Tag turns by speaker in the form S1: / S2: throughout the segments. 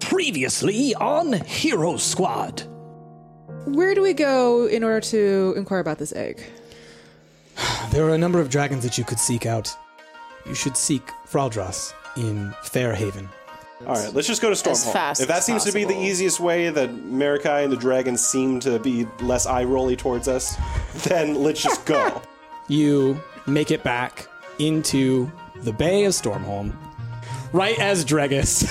S1: Previously on Hero Squad.
S2: Where do we go in order to inquire about this egg?
S3: There are a number of dragons that you could seek out. You should seek Fraldras in Fairhaven.
S4: All right, let's just go to Stormhold.
S5: As fast
S4: if that
S5: as
S4: seems to be the
S5: possible.
S4: easiest way that Marikai and the dragons seem to be less eye rolly towards us, then let's just go.
S3: You make it back into the Bay of Stormholm, right as Dregus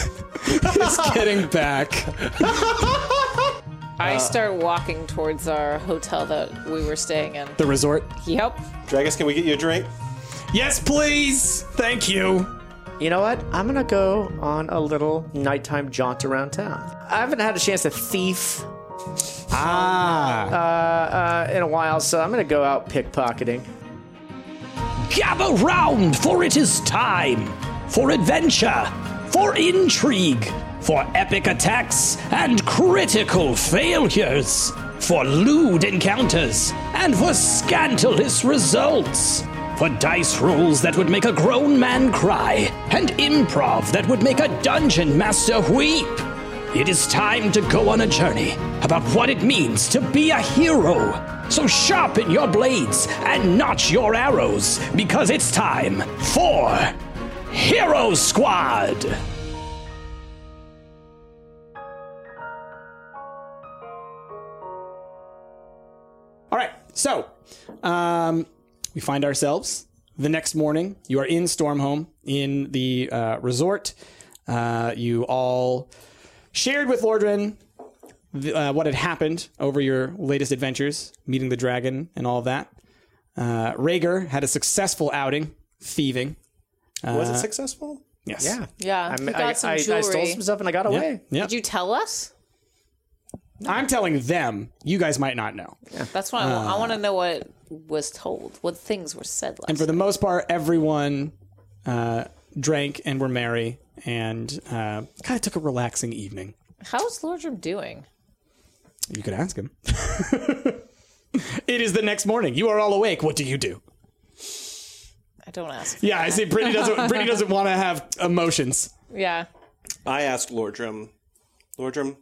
S3: is getting back. Uh,
S5: I start walking towards our hotel that we were staying in.
S3: The resort.
S5: Yep.
S4: Dragus, can we get you a drink?
S3: Yes, please. Thank you.
S6: You know what? I'm gonna go on a little nighttime jaunt around town. I haven't had a chance to thief
S3: Ah.
S6: uh, in a while, so I'm gonna go out pickpocketing.
S1: Gather round, for it is time for adventure, for intrigue, for epic attacks and critical failures, for lewd encounters and for scandalous results, for dice rolls that would make a grown man cry and improv that would make a dungeon master weep. It is time to go on a journey about what it means to be a hero. So sharpen your blades and notch your arrows because it's time for Hero Squad.
S3: All right. So, um, we find ourselves the next morning. You are in Stormholm in the uh, resort. Uh, you all shared with Lordran the, uh, what had happened over your latest adventures, meeting the dragon and all that. Uh, Rhaegar had a successful outing, thieving.
S4: Was it successful?
S3: Yes.
S5: Yeah.
S6: I'm-
S5: we got
S6: I,
S5: some
S6: I- I
S5: jewelry.
S6: stole some stuff and I got
S3: Yeah.
S6: away.
S3: yeah.
S5: Did you tell us?
S3: I'm telling them. You guys might not know.
S5: That's what I want. I want to know what was told, what things were said last.
S3: for the most part, everyone uh, drank and were merry and uh, kind of took a relaxing evening.
S5: How's Lordrum doing?
S3: You could ask him. it is the next morning. You are all awake. What do you do?
S5: I don't ask.
S3: Yeah, I see. Brittany doesn't. Brittany doesn't want to have emotions.
S5: Yeah.
S4: I asked Lordrum, Lordrum,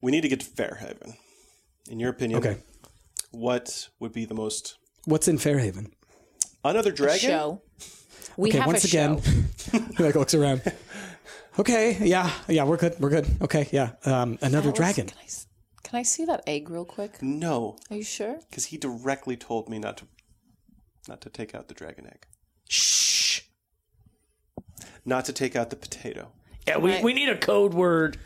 S4: we need to get to Fairhaven. In your opinion,
S3: Okay.
S4: what would be the most.
S3: What's in Fairhaven?
S4: Another dragon?
S5: Show. We
S3: Okay,
S5: have
S3: once
S5: a
S3: again,
S5: show.
S3: he like looks around. Okay, yeah, yeah, we're good, we're good. Okay, yeah, um, another dragon.
S5: Can I, s- can I see that egg real quick?
S4: No,
S5: Are you sure?
S4: because he directly told me not to not to take out the dragon egg.
S6: Shh.
S4: Not to take out the potato.
S6: Yeah, we, we need a code word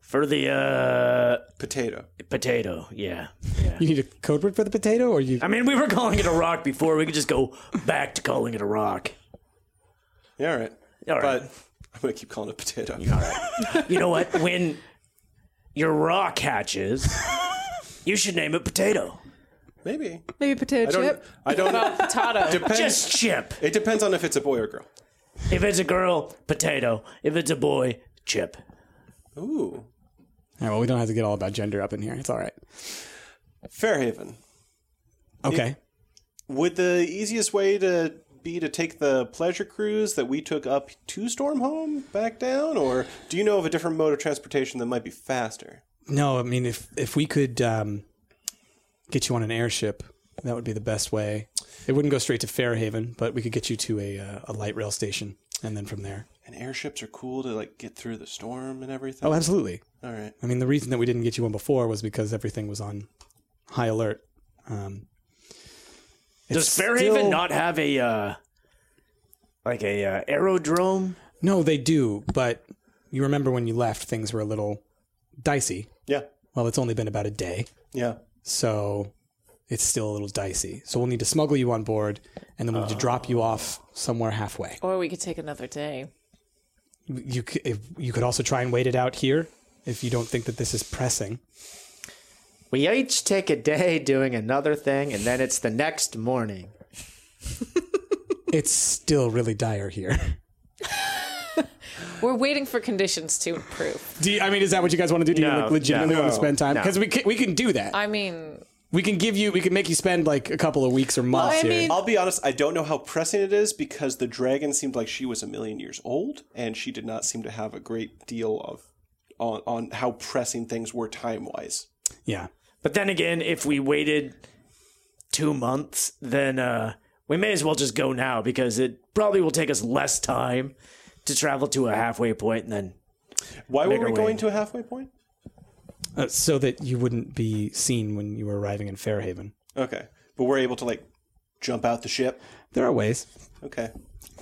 S6: for the uh,
S4: Potato.
S6: potato. Yeah.
S3: You need a code word for the potato, or you?
S6: I mean, we were calling it a rock before. We could just go back to calling it a rock.
S4: Yeah, all right.
S6: All right.
S4: But I'm going to keep calling it potato.
S6: You know what? When your rock hatches, you should name it potato.
S4: Maybe.
S2: Maybe potato
S4: I don't,
S2: chip?
S4: I don't know.
S5: Potato.
S4: Depends,
S6: Just chip.
S4: it depends on if it's a boy or girl.
S6: If it's a girl, potato. If it's a boy, chip.
S4: Ooh.
S3: All right, well, we don't have to get all about gender up in here. It's all right.
S4: Fairhaven.
S3: Okay.
S4: Would the easiest way to be to take the pleasure cruise that we took up to Stormhome back down, or do you know of a different mode of transportation that might be faster?
S3: No, I mean if if we could um, get you on an airship, that would be the best way. It wouldn't go straight to Fairhaven, but we could get you to a uh, a light rail station, and then from there.
S4: And airships are cool to like get through the storm and everything.
S3: Oh, absolutely.
S4: All right.
S3: I mean, the reason that we didn't get you one before was because everything was on high alert. Um,
S6: Does
S3: it's
S6: Fairhaven
S3: still-
S6: not have a uh, like a uh, aerodrome?
S3: No, they do. But you remember when you left, things were a little dicey.
S4: Yeah.
S3: Well, it's only been about a day.
S4: Yeah.
S3: so it's still a little dicey. So we'll need to smuggle you on board, and then we'll need to drop you off somewhere halfway.
S5: Or we could take another day.
S3: You c- if, you could also try and wait it out here if you don't think that this is pressing.
S6: We each take a day doing another thing, and then it's the next morning.
S3: It's still really dire here.
S5: We're waiting for conditions to improve.
S3: Do you, I mean, is that what you guys want to do? Do you
S6: No,
S3: like, legitimately
S6: no.
S3: want to spend time?
S6: No.
S3: Because we can, we can do that.
S5: I mean,
S3: We can give you. We can make you spend like a couple of weeks or months
S2: I
S3: here.
S2: mean-
S4: I'll be honest, I don't know how pressing it is because the dragon seemed like she was a million years old and she did not seem to have a great deal of on, on how pressing things were time wise.
S3: yeah.
S6: But then again, if we waited two months, then uh, we may as well just go now because it probably will take us less time to travel to a halfway point and then
S4: Why were
S6: Bigger
S4: we
S6: way.
S4: going to a halfway point?
S3: Uh, so that you wouldn't be seen when you were arriving in Fairhaven.
S4: Okay. But we're able to like jump out the ship.
S3: There are ways.
S4: Okay.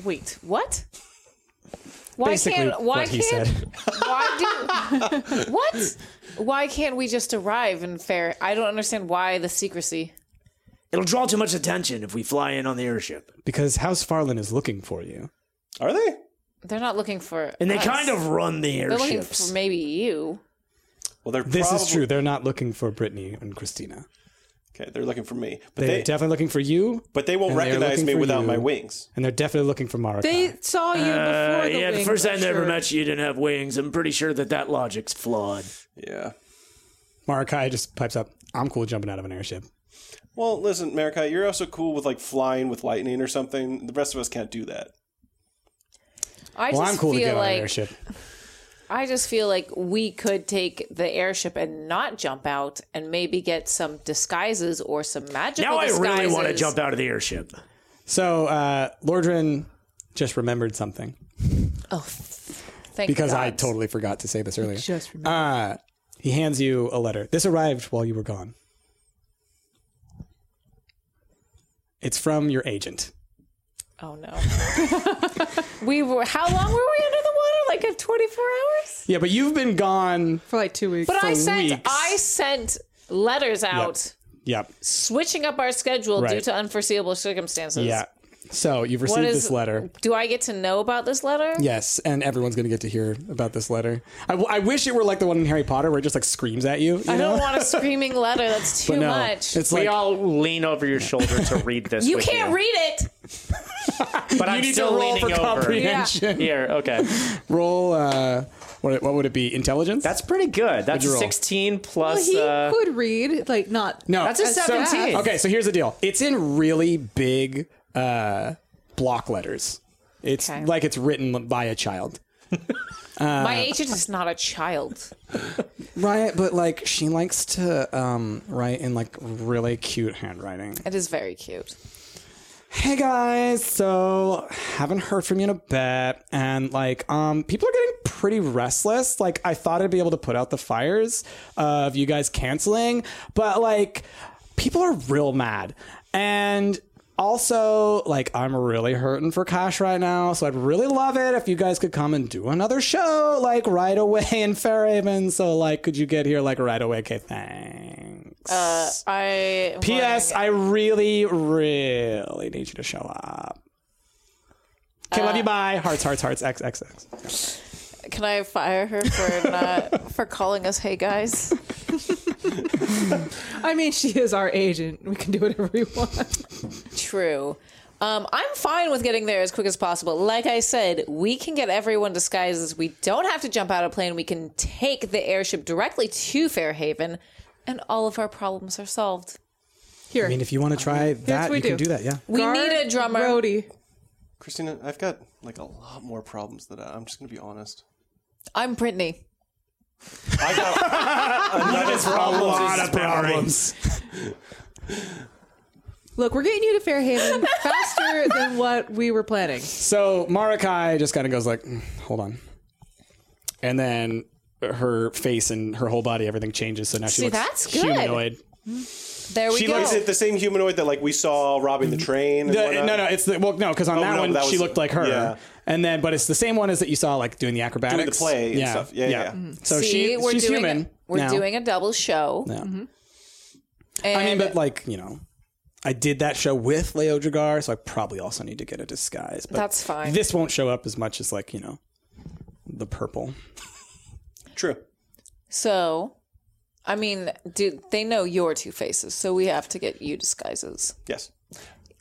S5: Wait, what? Why
S3: Basically,
S5: can't? Why
S3: what he
S5: can't?
S3: said.
S5: Why do? what? Why can't we just arrive in fair? I don't understand why the secrecy.
S6: it'll draw too much attention if we fly in on the airship.
S3: Because House Farland is looking for you.
S4: Are they?
S5: They're not looking for.
S6: And they
S5: us.
S6: kind of run the
S5: They're looking for
S6: airships.
S5: maybe you.
S4: Well, they're
S3: This is
S4: probably-
S3: true. They're not looking for Brittany and Christina.
S4: Okay, they're looking for me, but
S3: They're
S4: they,
S3: definitely looking for you.
S4: but they won't
S3: and they are
S4: recognize
S3: looking
S4: me
S3: for
S4: without
S3: you.
S4: my wings.
S3: And they're definitely looking for Mara.
S2: They saw you before
S6: Uh,
S2: the
S6: yeah, the
S2: wing,
S6: first
S2: I'm
S6: time they ever
S2: sure.
S6: met you, you didn't have wings. I'm pretty sure that that logic's flawed.
S4: Yeah.
S3: Marakai just pipes up. I'm cool jumping out of an airship.
S4: Well, listen, Marikai, you're also cool with like flying with lightning or something. The rest of us can't do that.
S5: I
S3: Well,
S5: just
S3: I'm cool to
S5: feel
S3: get on an
S5: like
S3: airship.
S5: I just feel like we could take the airship and not jump out, and maybe get some disguises or some magical.
S6: Now I really want to
S5: disguises.
S6: jump out of the airship.
S3: So uh, Lordrin just remembered something
S5: Thank
S3: because
S5: God.
S3: I totally forgot to say this earlier.
S2: Just remember.
S3: Uh, he hands you a letter. This arrived while you were gone. It's from your agent.
S5: Oh no. we were. How long were we under the water? Like a twenty-four hours.
S3: Yeah, but you've been gone.
S2: for like two weeks.
S5: But I
S3: for
S5: sent.
S3: weeks.
S5: I sent letters out.
S3: Yep.
S5: switching up our schedule due
S3: Right.
S5: to unforeseeable circumstances.
S3: Yeah. So you've received
S5: is-
S3: this letter.
S5: Do I get to know about this letter?
S3: Yes, and everyone's going to get to hear about this letter. I, w- I wish it were like the one in Harry Potter where it just like screams at you. you
S5: I
S3: know?
S5: don't want a screaming letter. That's too
S3: But no,
S5: much.
S3: It's
S7: we
S3: like
S7: all lean over your shoulder to read this.
S5: you
S7: with
S5: can't read it.
S7: but I'm
S3: you need to
S7: still
S3: roll
S7: leaning
S3: for
S7: over.
S3: comprehension.
S7: Here, okay.
S3: Roll. Uh, what, what would it be? Intelligence.
S7: That's pretty good. That's
S3: you roll?
S7: 16
S2: Well,
S7: plus.
S2: he
S7: uh,
S2: could read, like not.
S3: no.
S7: that's a
S2: That's
S7: 17.
S3: Okay, so here's the deal. It's in really big uh, block letters. It's
S5: Okay.
S3: like it's written by a child.
S5: My agent is not a child.
S3: Right, but like she likes to um, write in like really cute handwriting.
S5: It is very cute.
S3: Hey guys, so haven't heard from you in a bit, and like, um, people are getting pretty restless. Like, I thought I'd be able to put out the fires of you guys canceling, but like, people are real mad, and also like, I'm really hurting for cash right now, so I'd really love it if you guys could come and do another show like right away in Fairhaven. So like, could you get here like right away? Okay, thanks.
S5: Uh, I.
S3: P.S. I really, really need you to show up. Okay,
S5: Uh,
S3: love you. Bye. Hearts, hearts, hearts. X, X, X.
S5: Can I fire her for not for calling us? Hey guys.
S2: I mean, she is our agent. We can do whatever we want.
S5: True. Um, I'm fine with getting there as quick as possible. Like I said, we can get everyone disguises. We don't have to jump out of plane. We can take the airship directly to Fairhaven, and all of our problems are solved.
S2: Here,
S3: I mean, if you want to try that,
S2: what we
S3: you can
S2: do.
S3: do that. Yeah.
S5: We need a drummer.
S2: Roadie.
S4: Christina, I've got like a lot more problems that I, I'm just gonna be honest.
S5: I'm Brittany.
S4: I got another problem.
S3: problems.
S2: Look, we're getting you to Fairhaven faster than what we were planning.
S3: So Marakai just kind of goes like, "Mm, "Hold on," and then her face and her whole body, everything changes. So now she
S5: See,
S3: looks
S5: that's good.
S3: humanoid.
S5: There we
S4: She
S5: go.
S4: looks at the same humanoid that like we saw robbing the train. And
S3: The-
S4: whatnot?
S3: no, no, it's the well, no, because on
S4: Oh,
S3: that
S4: no,
S3: one
S4: that
S3: she
S4: was-
S3: looked like her,
S4: yeah.
S3: and then but it's the same one as that you saw like doing the acrobatics,
S4: play and stuff. Yeah, yeah, yeah.
S3: So
S5: See,
S3: she,
S5: we're
S3: she's
S5: doing
S3: human.
S5: A, we're
S3: now.
S5: doing a double show.
S3: Yeah.
S5: And
S3: I mean, but like you know, I did that show with Leo Jagar, so I probably also need to get a disguise. But
S5: That's fine.
S3: This won't show up as much as like you know, the purple.
S4: True.
S5: so, I mean, dude, they know your two faces, so we have to get you disguises.
S4: Yes.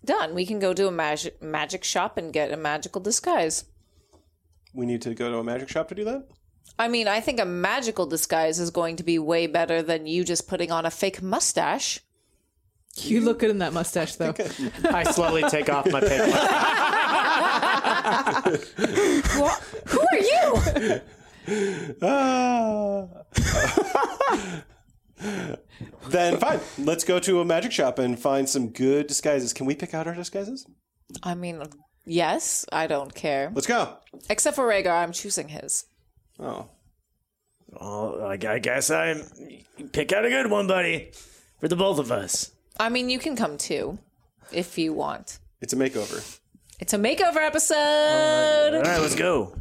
S5: Done. We can go to a magic magic shop and get a magical disguise.
S4: We need to go to a magic shop to do that.
S5: I mean, I think a magical disguise is going to be way better than you just putting on a fake mustache.
S2: You look good in that mustache, though.
S7: I slowly take off my piglet.
S5: Wha- Who are you?
S4: Ah. then fine. Let's go to a magic shop and find some good disguises. Can we pick out our disguises?
S5: I mean, yes, I don't care.
S4: Let's go.
S5: Except for Rhaegar, I'm choosing his.
S4: Oh.
S6: Oh, I, I guess I'm. Pick out a good one, buddy. For the both of us.
S5: I mean, you can come too, if you want.
S4: It's a makeover.
S5: It's a makeover episode.
S6: All right, let's go.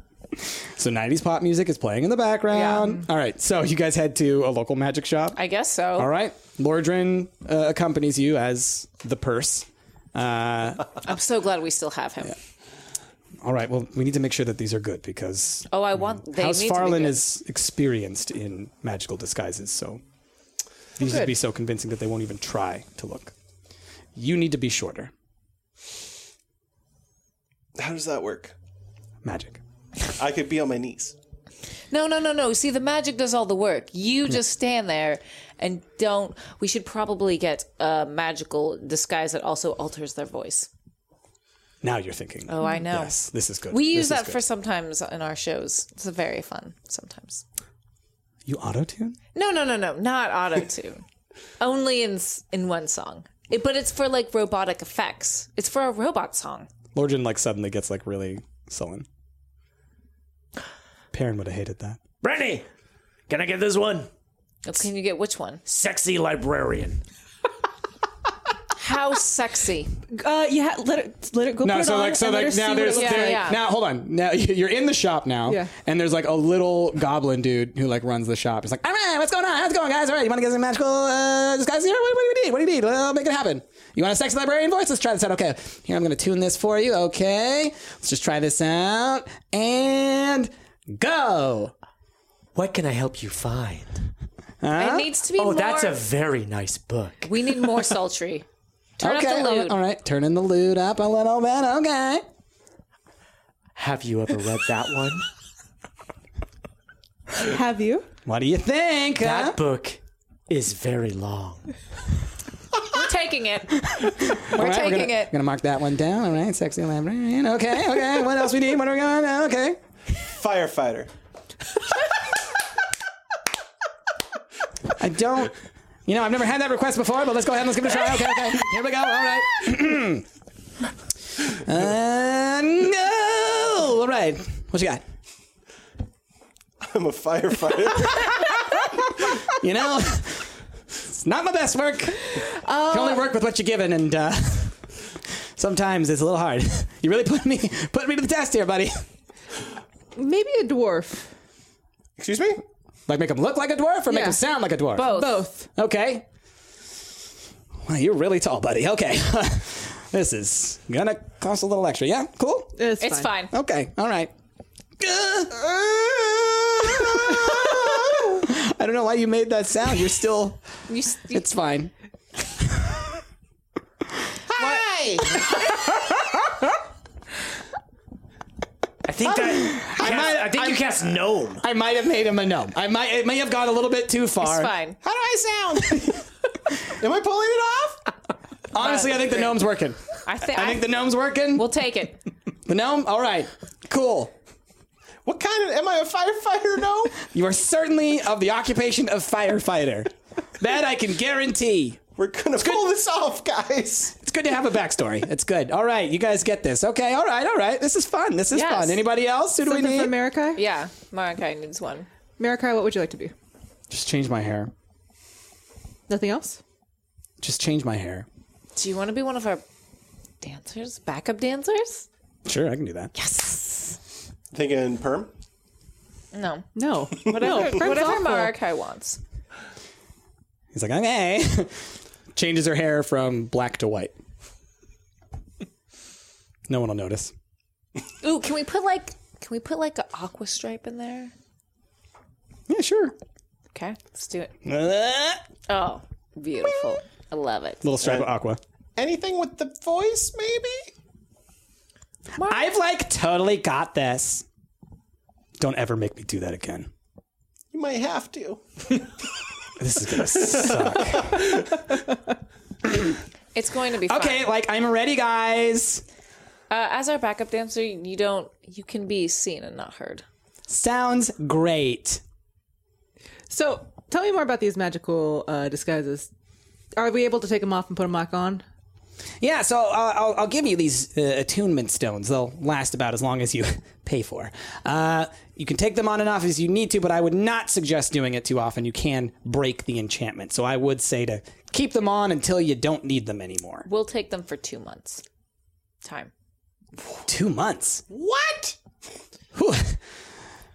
S3: So 90s pop music is playing in the background. All right. So you guys head to a local magic shop.
S5: I guess so.
S3: All right. Lordrin uh, accompanies you as the purse. Uh,
S5: I'm so glad we still have him.
S3: All right. Well, we need to make sure that these are good because
S5: Oh, I want. They
S3: House
S5: need to be
S3: Farlin
S5: good.
S3: is experienced in magical disguises, so
S5: Oh,
S3: these would be so convincing that they won't even try to look. You need to be shorter.
S4: How does that work?
S3: Magic.
S4: I could be on my knees.
S5: No, no, no, no. See, the magic does all the work.
S3: Hmm.
S5: You just stand there and don't. We should probably get a magical disguise that also alters their voice.
S3: Now you're thinking.
S5: Oh, I know.
S3: Hmm. Yes, this is good.
S5: We use
S3: This is
S5: that
S3: good.
S5: for sometimes in our shows. It's very fun sometimes.
S3: you auto tune.
S5: No, no, no, no. Not auto tune. Only in s- in one song. It, but it's for like robotic effects. It's for a robot song.
S3: Lorgen like suddenly gets like really sullen. Perrin would have hated that.
S6: Brittany, can I get this one?
S5: Can you get which one?
S6: Sexy librarian.
S5: How sexy.
S2: Uh, yeah, let it let it go. put
S3: No,
S2: it
S3: so
S2: on
S3: like so
S2: and let
S3: like
S2: her see
S3: now
S2: what
S3: there's
S2: it looks
S5: Yeah,
S3: there-
S2: like.
S5: yeah.
S3: now hold on now you're in the shop now
S2: Yeah.
S3: and there's like a little goblin dude who like runs the shop. It's like all right, what's going on? How's it going, guys? All right, you want to get some magical uh, disguise here? What, what do we need? What do you need? Well, I'll make it happen. You want a sexy librarian voice? Let's try this out. Okay, here I'm gonna tune this for you. Okay, let's just try this out and go.
S6: What can I help you find?
S5: It needs to be.
S6: Oh, that's
S5: more-
S6: a very nice book.
S5: We need more sultry. Turn
S3: okay,
S5: up the
S3: all right,
S5: lewd.
S3: all right, turning the loot up a little bit. Okay.
S6: Have you ever read that one?
S2: Have you?
S3: What do you think? huh?
S6: that book is very long.
S5: We're taking it. We're
S3: All right,
S5: taking
S3: gonna,
S5: it.
S3: Gonna mark that one down. All right, sexy librarian. Okay, okay. what else we need? What are we going? Okay.
S4: Firefighter.
S3: I don't. You know, I've never had that request before, but let's go ahead and let's give it a try. Okay, okay. Here we go. All right. and go. All right. What you got?
S4: I'm a firefighter.
S3: You know, it's not my best work. you can only work with what you're given, and uh, sometimes it's a little hard. You really put me put me to the test here, buddy.
S2: Maybe a dwarf.
S4: Excuse me?
S3: Like make him look like a dwarf or make
S2: Yeah.
S3: him sound like a dwarf.
S5: Both.
S2: Both.
S3: Okay. Well, you're really tall, buddy. Okay. this is gonna cost a little extra. Yeah, cool.
S2: It's,
S5: It's fine.
S3: Okay, all right. I don't know why you made that sound. You're still.
S5: You, s- you-
S3: It's fine.
S6: I think that. I,
S3: might-
S6: I think you cast gnome.
S3: I might have made him a gnome. I might. It may have gone a little bit too far.
S5: It's fine.
S3: How do I sound? Am I pulling it off? Honestly, I think the gnome's working.
S5: Uh, I, thi-
S3: I think the gnome's working.
S5: We'll take it.
S3: The gnome. All right. Cool.
S4: What kind of. Am I a firefighter? No?
S3: You are certainly of the occupation of firefighter. that I can guarantee.
S4: We're gonna pull this off, guys.
S3: It's good to have a backstory. It's good. All right, you guys get this. Okay, all right, all right. This is fun. This is
S5: Yes.
S3: fun. Anybody else? Who do we
S2: Something
S3: need?
S2: from Marikai?
S5: Yeah, Marakai needs one.
S2: Marikai, what would you like to be?
S3: Just change my hair.
S2: Nothing else?
S3: Just change my hair.
S5: Do you want to be one of our dancers, backup dancers?
S3: Sure, I can do that.
S4: Thinking perm?
S5: No.
S2: No. Whatever. no,
S5: Whatever
S2: awful.
S5: Marakai wants.
S3: He's like, okay. Changes her hair from black to white. No one will notice.
S5: Ooh, can we put like can we put like an aqua stripe in there?
S3: Yeah, sure.
S5: Okay, let's do it.
S3: Uh,
S5: Oh, beautiful. I love it.
S3: little stripe of aqua.
S4: Anything with the voice, maybe?
S3: I've like totally got this. Don't ever make me do that again.
S4: You might have to.
S3: This is gonna suck.
S5: It's going to be fine.
S3: Okay, like I'm ready, guys.
S5: Uh, as our backup dancer, you don't. You can be seen and not heard.
S3: Sounds great.
S2: So, tell me more about these magical uh, disguises. Are we able to take them off and put them back on?
S3: Yeah, so uh, I'll, I'll give you these uh, attunement stones. They'll last about as long as you pay for. Uh, you can take them on and off as you need to, but I would not suggest doing it too often. You can break the enchantment. So I would say to keep them on until you don't need them anymore.
S5: We'll take them for two months. Time.
S3: Two months.
S4: What?
S3: Whew,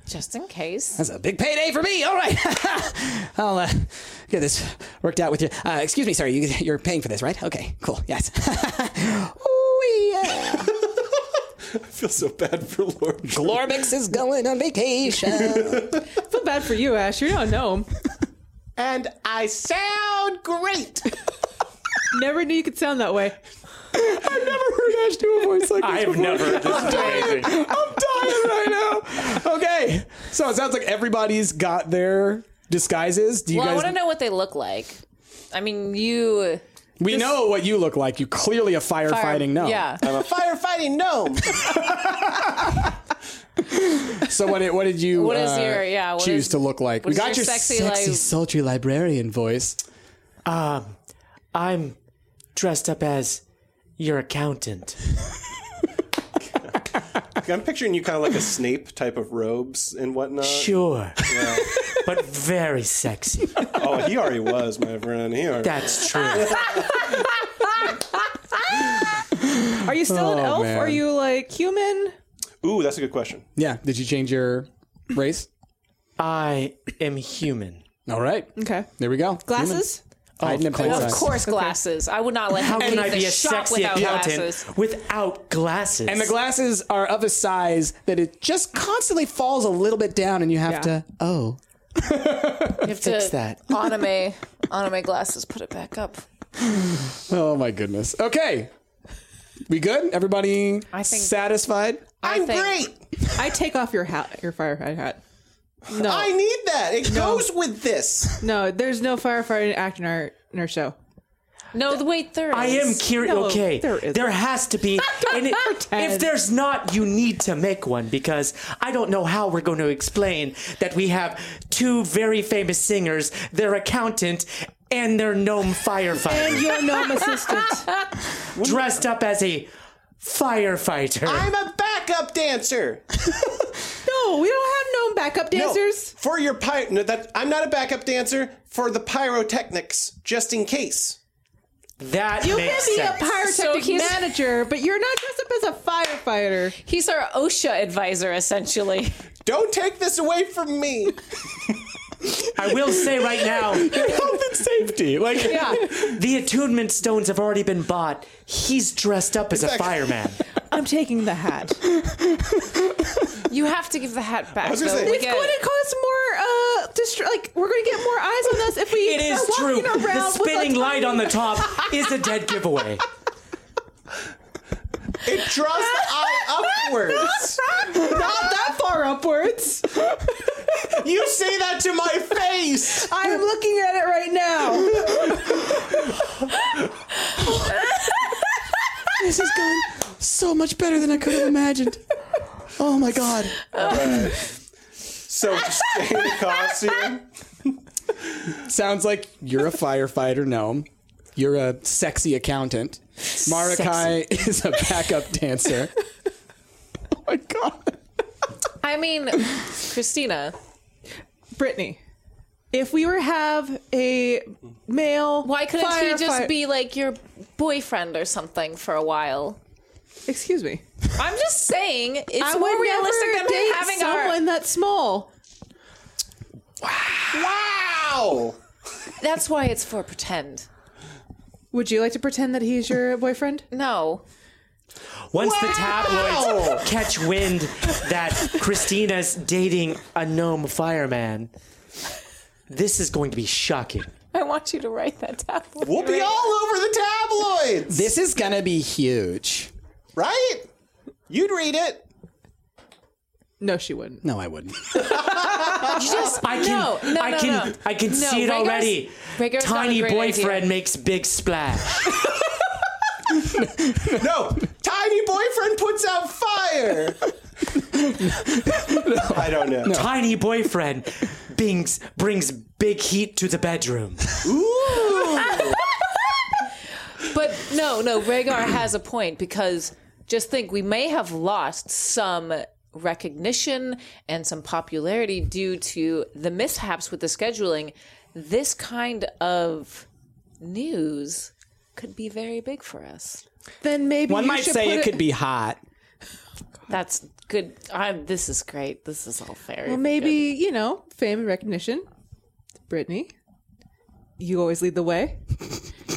S5: Just in case.
S3: that's a big payday for me. All right. I'll uh, get this worked out with you. Uh, excuse me, sorry. You, you're paying for this, right? Okay, cool. Yes. Ooh, yeah.
S4: I feel so bad for Lord.
S3: Glorbix is going on vacation.
S2: I feel bad for you, Ash. You're not a gnome.
S7: And I sound great.
S2: Never knew you could sound that way.
S3: I've never heard Ash do a voice like this
S6: I've
S3: before.
S6: never. This is amazing.
S3: I'm dying right now. Okay, so it sounds like everybody's got their disguises. Do you
S5: Well, I want to
S3: guys?
S5: know what they look like. I mean, you.
S3: we know what you look like. You clearly a firefighting gnome.
S5: Yeah.
S4: I'm a firefighting gnome.
S3: So what? Did, what did you?
S5: What is
S3: uh,
S5: your- yeah, what
S3: choose
S5: is-
S3: to look like?
S5: what
S3: We
S5: is
S3: got your
S5: your sexy,
S3: sexy,
S5: like-
S3: sultry librarian voice.
S6: I'm dressed up as your accountant.
S4: I'm picturing you kind of like a Snape type of robes and whatnot.
S6: Sure. but very sexy.
S4: Oh, he already was, my friend. He already.
S6: That's true.
S2: Are you still an
S3: Oh,
S2: elf?
S3: man.
S2: Are you like human?
S4: Ooh, that's a good question.
S3: Yeah. Did you change your race?
S6: I am human.
S3: All right.
S2: Okay.
S3: There we go. Oh,
S2: Glasses?
S3: Hiding in plain
S5: Of
S3: sight.
S5: course, glasses. I would not let
S6: How
S5: him
S6: can
S5: leave
S6: I
S5: the
S6: be a
S5: shop
S6: sexy
S5: without
S6: accountant
S5: glasses.
S6: without glasses?
S3: And the glasses are of a size that it just constantly falls a little bit down, and you have
S2: Yeah.
S3: to oh
S5: You have
S6: Fix
S5: to
S6: that.
S5: Anime, anime glasses. Put it back up.
S3: Oh my goodness. Okay. We good? Everybody
S5: I think-
S3: satisfied?
S5: I'm great.
S2: I take off your hat, your firefighter hat. No,
S4: need that. It goes with this.
S2: no, there's no firefighter act in our in our show.
S5: No, the wait, there is.
S6: I am curious.
S2: No,
S6: okay,
S2: there
S6: there,
S2: isn't.
S6: has to be. And it- if
S2: Pretend.
S6: there's not, you need to make one because I don't know how we're going to explain that we have two very famous singers, their accountant, and their gnome firefighter
S2: You're a gnome assistant.
S6: dressed up as a firefighter.
S4: I'm a backup dancer.
S2: No, we don't have gnome backup dancers.
S4: No, for your pyro. No, that I'm not a backup dancer for the pyrotechnics, just in case.
S6: that
S2: You
S6: makes
S2: can be
S6: sense.
S2: a
S5: So
S2: pyrotechnic
S5: he's-
S2: manager, but you're not dressed up as a firefighter.
S5: He's our OSHA advisor, essentially.
S4: Don't take this away from me.
S6: I will say right now,
S3: Health and safety. Like
S2: Yeah,
S6: the attunement stones have already been bought. He's dressed up as a
S4: Exactly.
S6: fireman.
S2: I'm taking the hat.
S5: You have to give the hat back.
S4: was gonna
S5: though.
S4: say-
S5: We
S2: It's
S5: get-
S2: going to cause more, uh, distra- like we're going to get more eyes on us if we.
S6: It is
S2: start
S6: true.
S2: walking Around
S6: The
S2: with
S6: spinning
S2: a
S6: light on the top is a dead giveaway.
S4: It draws the eye upwards.
S2: Not that far upwards.
S4: You say that to my face.
S2: I am looking at it right now.
S3: this has gone so much better than I could have imagined. Oh my god.
S4: So just stay in the costume.
S3: Sounds like you're a firefighter gnome. You're a sexy accountant. Marakai is a backup dancer. oh my god.
S5: I mean, Christina,
S2: Brittany, if we were have a male,
S5: why couldn't he just
S2: firefight-
S5: be like your boyfriend or something for a while?
S2: Excuse me.
S5: I'm just saying, it's
S2: I
S5: more
S2: would
S5: realistic
S2: never
S5: than
S2: date
S5: having
S2: someone
S5: our.
S2: that's small.
S4: Wow.
S5: That's why it's for pretend.
S2: Would you like to pretend that he's your boyfriend?
S5: No,
S6: Once the tabloids catch wind that Christina's dating a gnome fireman, this is going to be shocking.
S5: I want you to write that down.
S4: We'll be all over the tabloids,
S3: This is gonna be huge.
S4: right? You'd read it.
S2: No, she wouldn't.
S3: No, I wouldn't.
S5: Just
S6: I can,
S5: no, no,
S6: I
S5: no,
S6: can,
S5: no.
S6: I can
S5: No,
S6: see it
S5: Rhaegar's-
S6: already.
S5: Rigor's got a
S6: tiny
S5: great
S6: boyfriend
S5: idea.
S6: makes big splash.
S7: No, tiny boyfriend puts out fire.
S4: I don't know.
S6: tiny boyfriend bings, brings big heat to the bedroom.
S5: But no, no, Rhaegar has a point because just think we may have lost some recognition and some popularity due to the mishaps with the scheduling. This kind of news could be very big for us.
S2: Then maybe
S3: One
S2: you
S3: might
S2: should
S3: say
S2: put
S3: it, could be hot.
S5: That's good. I'm, this is great. This is all fair.
S2: Well, maybe you know, fame and recognition. Brittany, you always lead the way.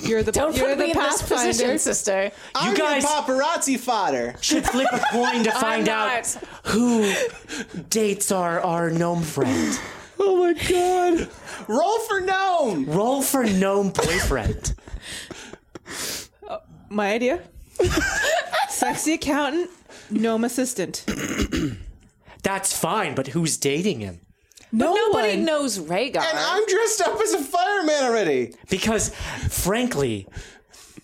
S2: You're the
S5: Don't
S2: you're
S5: put
S2: the
S5: me in this
S2: pathfinder.
S5: position, sister.
S7: I'm
S6: you
S7: your
S6: guys
S7: paparazzi fodder.
S6: should flip a coin to find out
S5: not.
S6: who dates our, our gnome friend.
S3: Oh my god.
S7: Roll for gnome.
S6: Roll for gnome boyfriend.
S2: My idea. Sexy accountant, gnome assistant.
S6: That's fine, but who's dating him?
S2: No
S5: Nobody
S2: one.
S5: knows Rhaegar.
S7: And I'm
S4: I'm dressed up as a fireman already.
S6: Because frankly,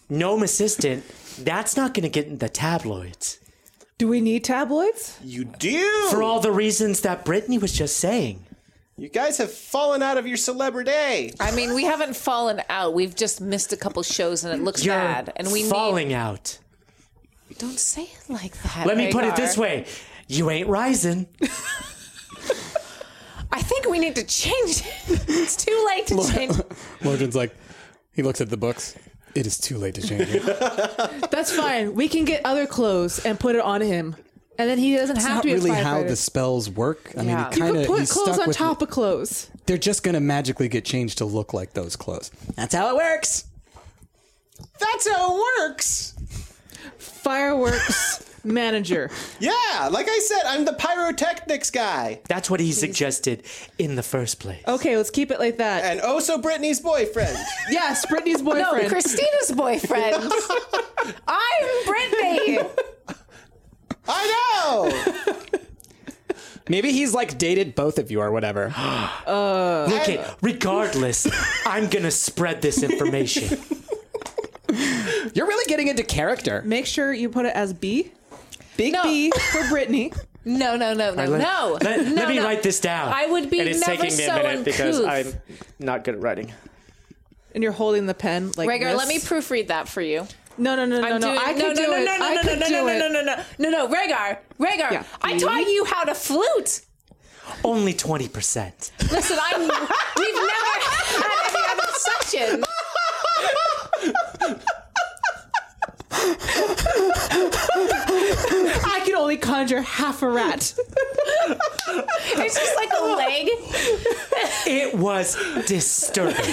S6: gnome assistant, that's not going to get in the tabloids
S2: Do we need tabloids?
S4: You do.
S6: for all the reasons that Brittany was just saying.
S4: you guys have fallen out of your celebrity.
S5: I mean, we haven't fallen out. We've just missed a couple shows, and it looks
S6: You're
S5: bad. And we
S6: falling out.
S5: Need, don't say it like that.
S6: Let me put it
S5: Rhaegar.
S6: this way: you ain't rising.
S5: I think we need to change it. It's too late to change.
S3: Mordrin's like, he looks at the books. It is too late to change it.
S2: That's fine. We can get other clothes and put it on him, and then he doesn't have
S3: Not
S2: to be
S3: really
S2: a
S3: how
S2: firefighter.
S3: the spells work. I mean,
S5: Yeah.
S3: it
S5: You
S2: You
S3: kind
S2: could put
S3: of
S2: clothes on top of clothes.
S3: They're just going to magically get changed to look like those clothes. That's how it works.
S7: That's how it works.
S2: Fireworks manager.
S7: Yeah, like I said, I'm the pyrotechnics guy.
S6: That's what he suggested in the first place.
S5: Oh.
S2: Okay, let's keep it like that.
S7: And oh, so Brittany's boyfriend.
S2: Yes, Brittany's
S5: No,
S2: boyfriend.
S5: Oh, Christina's boyfriend. I'm Brittany.
S7: I know.
S3: Maybe he's like dated both of you or whatever.
S6: Okay, regardless, I'm gonna spread this information.
S3: You're really getting into character.
S2: Make sure you put it as B. Big
S5: No.
S2: B for Brittany.
S5: No, no, no, no,
S6: Let-
S5: no.
S6: Let,
S5: no,
S6: let me
S5: no.
S6: write this down.
S5: I would be
S6: And it's
S5: never
S6: taking me
S5: so
S6: a minute because
S5: uncouth.
S6: I'm not good at writing.
S2: And you're holding the pen like this.
S5: Rhaegar, let me proofread that for you.
S2: No, no, no, no,
S5: I'm
S2: no.
S5: doing,
S2: I
S5: no,
S2: could
S5: no,
S2: do
S5: no,
S2: it.
S5: no, no,
S2: I
S5: no,
S2: could
S5: no,
S2: do
S5: no,
S2: it.
S5: no, no, no, no, no, no, Rhaegar, Rhaegar.
S2: Yeah.
S5: I taught you how to flute.
S6: Only twenty percent.
S5: Listen, I'm. We've never had any other session.
S2: I could only conjure half a rat.
S5: It's just like a leg.
S6: It was disturbing.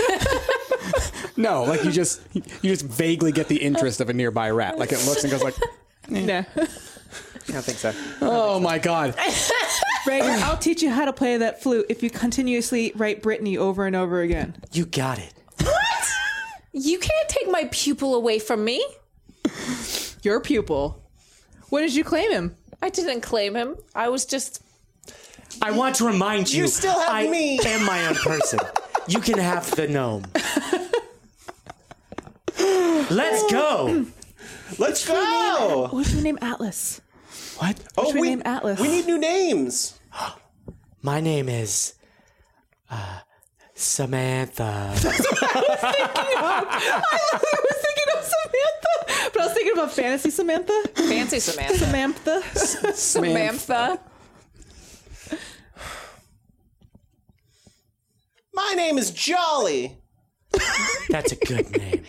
S3: No, like you just you just vaguely get the interest of a nearby rat. Like it looks and goes like,
S2: no.
S3: I don't think so. Oh my god.
S2: Rhaegar, I'll teach you how to play that flute if you continuously write Brittany over and over again.
S6: You got it.
S5: What? You can't take my pupil away from me.
S2: Your pupil. When did you claim him?
S5: I didn't claim him. I was just.
S6: I want to remind you.
S7: You still have
S6: I
S7: me.
S6: am my own person. You can have the gnome. Let's go.
S4: Let's go.
S2: What's your name, Atlas?
S6: What?
S4: Oh,
S2: your name, Atlas?
S4: we need new names.
S6: My name is uh, Samantha.
S2: I was thinking of Samantha, but I was thinking about fantasy Samantha.
S5: Fancy Samantha.
S2: Samantha.
S5: Samantha.
S7: My name is Jolly.
S6: That's a good name.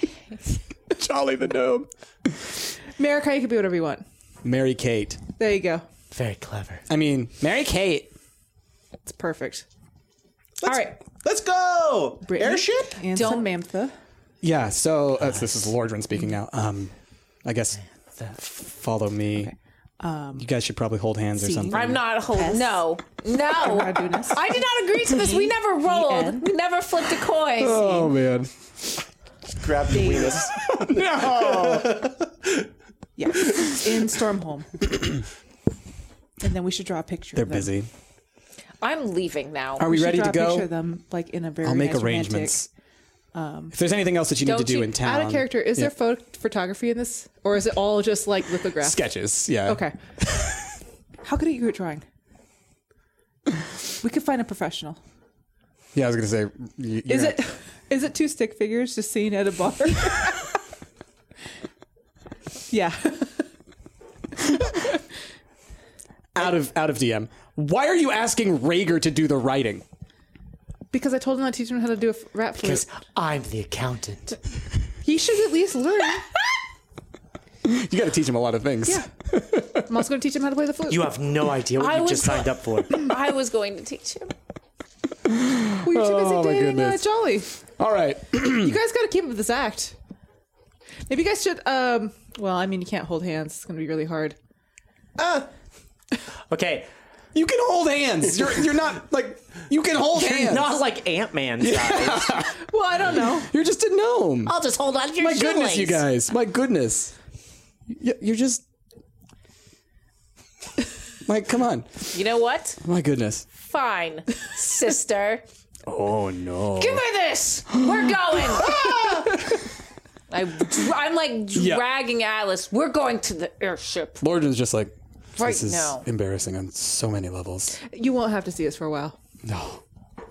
S3: Jolly the gnome.
S2: Marika, you can be whatever you want.
S3: Mary Kate.
S2: There you go.
S6: Very clever.
S3: I mean, Mary Kate.
S2: It's perfect.
S7: Let's,
S2: All right.
S7: Let's go.
S2: Brittany
S7: Airship?
S2: and
S5: Don't-
S2: Samantha.
S3: Yeah, so uh, this is Lordran speaking now. Um I guess follow me. Um, you guys should probably hold hands or something.
S5: I'm not holding. No. No.
S2: I do this.
S5: I did not agree to this. We never rolled. We never flipped a coin.
S3: Oh man.
S4: Grab the weenus.
S2: Yes, in Stormholm. and then we should draw a picture.
S3: They're
S2: of them.
S3: busy.
S5: I'm leaving now.
S3: Are we,
S2: should
S3: ready
S2: draw
S3: to
S2: a Picture of um,
S3: go?
S2: them like in a very.
S3: I'll make
S2: nice,
S3: arrangements. If there's anything else that you need to
S5: Don't
S3: do
S5: you-
S3: in town,
S2: Out of character, is there pho- photography in this, or is it all just like lithographs?
S3: sketches? Yeah.
S2: Okay. How good are you at drawing? We could find a professional.
S3: Yeah, I was gonna say. You,
S2: Is it is it two stick figures just seen at a bar? yeah.
S3: out of out of DM? Why are you asking Rager to do the writing?
S2: Because I told him I teach him how to do a f- rap flute.
S6: I'm the accountant.
S2: He should at least learn.
S3: You got to teach him a lot of things.
S2: Yeah. I'm also going to teach him how to play the flute.
S6: You have no idea what
S5: I
S6: you
S5: was-
S6: just signed up for.
S5: I was going to teach him.
S2: well, you're too busy
S3: Oh, my
S2: dating uh,
S3: goodness.
S2: Jolly.
S3: All right.
S2: You guys got to keep up this act. Maybe you guys should. um Well, I mean, you can't hold hands. It's going to be really hard.
S6: Okay,
S3: You can hold hands. You're you're not like you can hold hands.
S6: not like Ant Man size.
S2: Well, I don't know.
S3: You're just a gnome.
S5: I'll just hold on to your
S3: My goodness, you guys. My goodness. Y- You're just. Like, come on.
S5: You know what?
S3: My goodness.
S5: Fine, sister.
S6: oh no!
S5: Give me this. We're going. I, I'm like dragging Alice. We're going to the airship.
S3: Lorden's just like, this
S5: Right
S3: is
S5: now.
S3: embarrassing on so many levels.
S2: You won't have to see us for a while.
S3: No.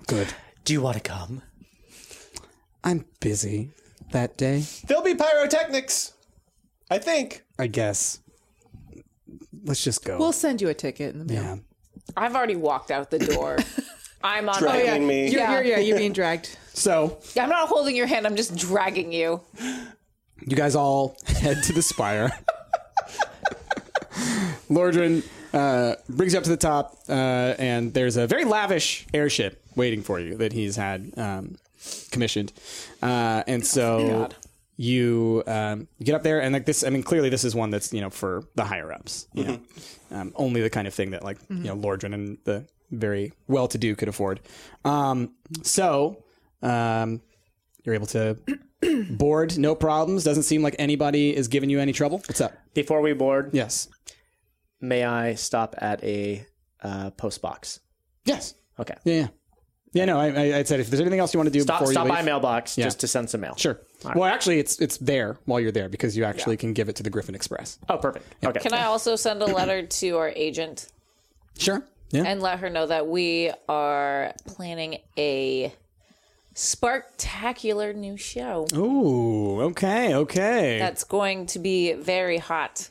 S3: Good.
S6: Do you want to come?
S3: I'm busy that day,
S4: There'll be pyrotechnics. I think.
S3: I guess. Let's just go.
S2: We'll send you a ticket. In the mail.
S3: yeah.
S5: I've already walked out the door. I'm on.
S4: Dragging
S5: my-
S4: me.
S2: You're, Oh, yeah. You're, yeah, you're being dragged.
S3: So,
S5: I'm not holding your hand. I'm just dragging you.
S3: you guys all head to the spire. Lordran uh, brings you up to the top, uh, and there's a very lavish airship waiting for you that he's had um, commissioned. Uh, and so you um, you get up there, and like this, I mean, clearly this is one that's you know for the higher ups, you know, um, only the kind of thing that like you know Lordran and the very well-to-do could afford. Um, so um, you're able to board, no problems. Doesn't seem like anybody is giving you any trouble. What's up?
S6: Before we board,
S3: Yes.
S6: may I stop at a uh, post box?
S3: Yes.
S6: Okay.
S3: Yeah. Yeah. Yeah. No, I, I, I said if there's anything else you want to do
S6: Stop,
S3: before
S6: stop
S3: you
S6: by
S3: leave,
S6: mailbox just to send some mail.
S3: Sure. Well, actually, it's it's there while you're there because you actually can give it to the Griffin Express.
S6: Oh, perfect. Okay.
S5: Can I also send a letter to our agent
S3: Sure. Yeah.
S5: and let her know that we are planning a sparktacular new show
S3: Ooh. Okay. Okay.
S5: that's going to be very hot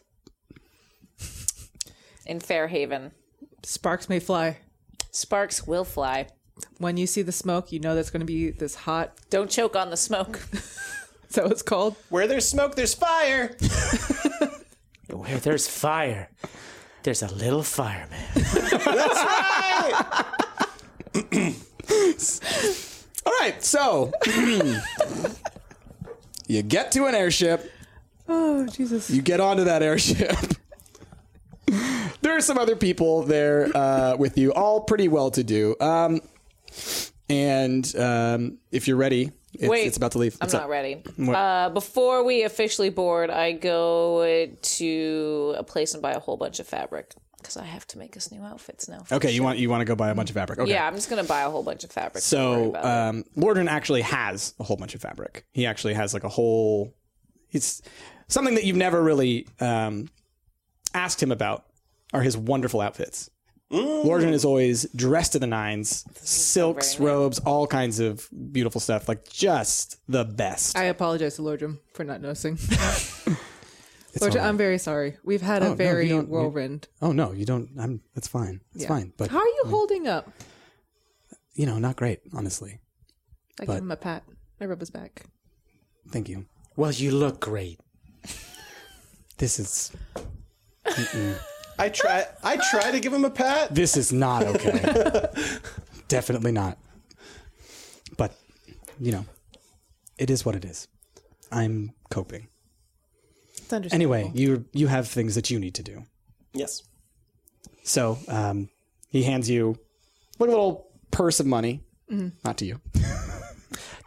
S5: in Fairhaven.
S2: Sparks may fly.
S5: Sparks will fly.
S2: When you see the smoke, you know that's going to be this hot.
S5: Don't choke on the smoke.
S2: Is that what it's called?
S4: Where there's smoke, there's fire.
S6: Where there's fire, there's a little fireman.
S3: all right. So you get to an airship.
S2: Oh, Jesus.
S3: You get onto that airship. there are some other people there uh, with you, all pretty well to do. Um, and um, if you're ready, it's,
S5: Wait,
S3: it's about to leave.
S5: I'm
S3: What's
S5: not
S3: up?
S5: ready. Uh, before we officially board, I go to a place and buy a whole bunch of fabric because I have to make us new outfits now.
S3: Okay, you want you want to go buy a bunch of fabric. Okay.
S5: Yeah, I'm just gonna buy a whole bunch of fabric. Don't worry
S3: So
S5: about it.
S3: um, Lordran actually has a whole bunch of fabric. He actually has like a whole. It's something that you've never really um, asked him about. Are his wonderful outfits?
S5: Mm.
S3: Lordran is always dressed to the nines, silks, robes, all kinds of beautiful stuff. Like just the best.
S2: I apologize to Lordrum for not noticing. Lordrum, I'm very sorry. We've had a
S3: Oh, no,
S2: very
S3: you don't- you-
S2: whirlwind.
S3: oh no, you don't. I'm. That's fine. It's fine. But
S2: How are you holding up?
S3: you know, not great, honestly.
S2: I
S3: But-
S2: give him a pat. I rub his back.
S3: Thank you.
S6: Well, you look great.
S3: This is
S4: I try. I try to give him a pat.
S3: this is not okay. Definitely not. But, you know, it is what it is. I'm coping.
S2: It's understandable.
S3: Anyway, you you have things that you need to do.
S4: Yes.
S3: So um, he hands you like a little purse of money. Not to you.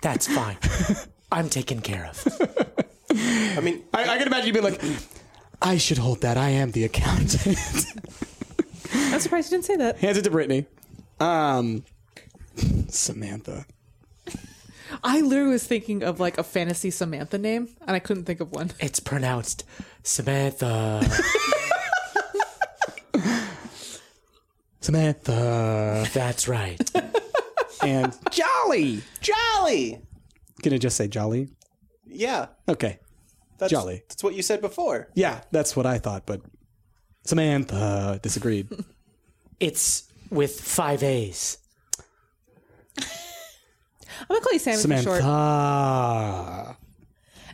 S6: That's fine. I'm taken care of.
S4: I mean,
S3: I, I can imagine you being like, I should hold that. I am the accountant.
S2: I'm surprised you didn't say that.
S3: hands it to Brittany. Um, Samantha.
S2: I literally was thinking of like a fantasy Samantha name, and I couldn't think of one.
S6: It's pronounced Samantha.
S3: Samantha
S6: That's right.
S3: and Jolly.
S4: Jolly.
S3: Can I just say Jolly?
S4: Yeah.
S3: Okay.
S4: That's,
S3: Jolly.
S4: That's what you said before.
S3: Yeah, that's what I thought, but Samantha disagreed.
S6: It's with five A's.
S2: I'm gonna call you Sammy for short.
S3: Samantha.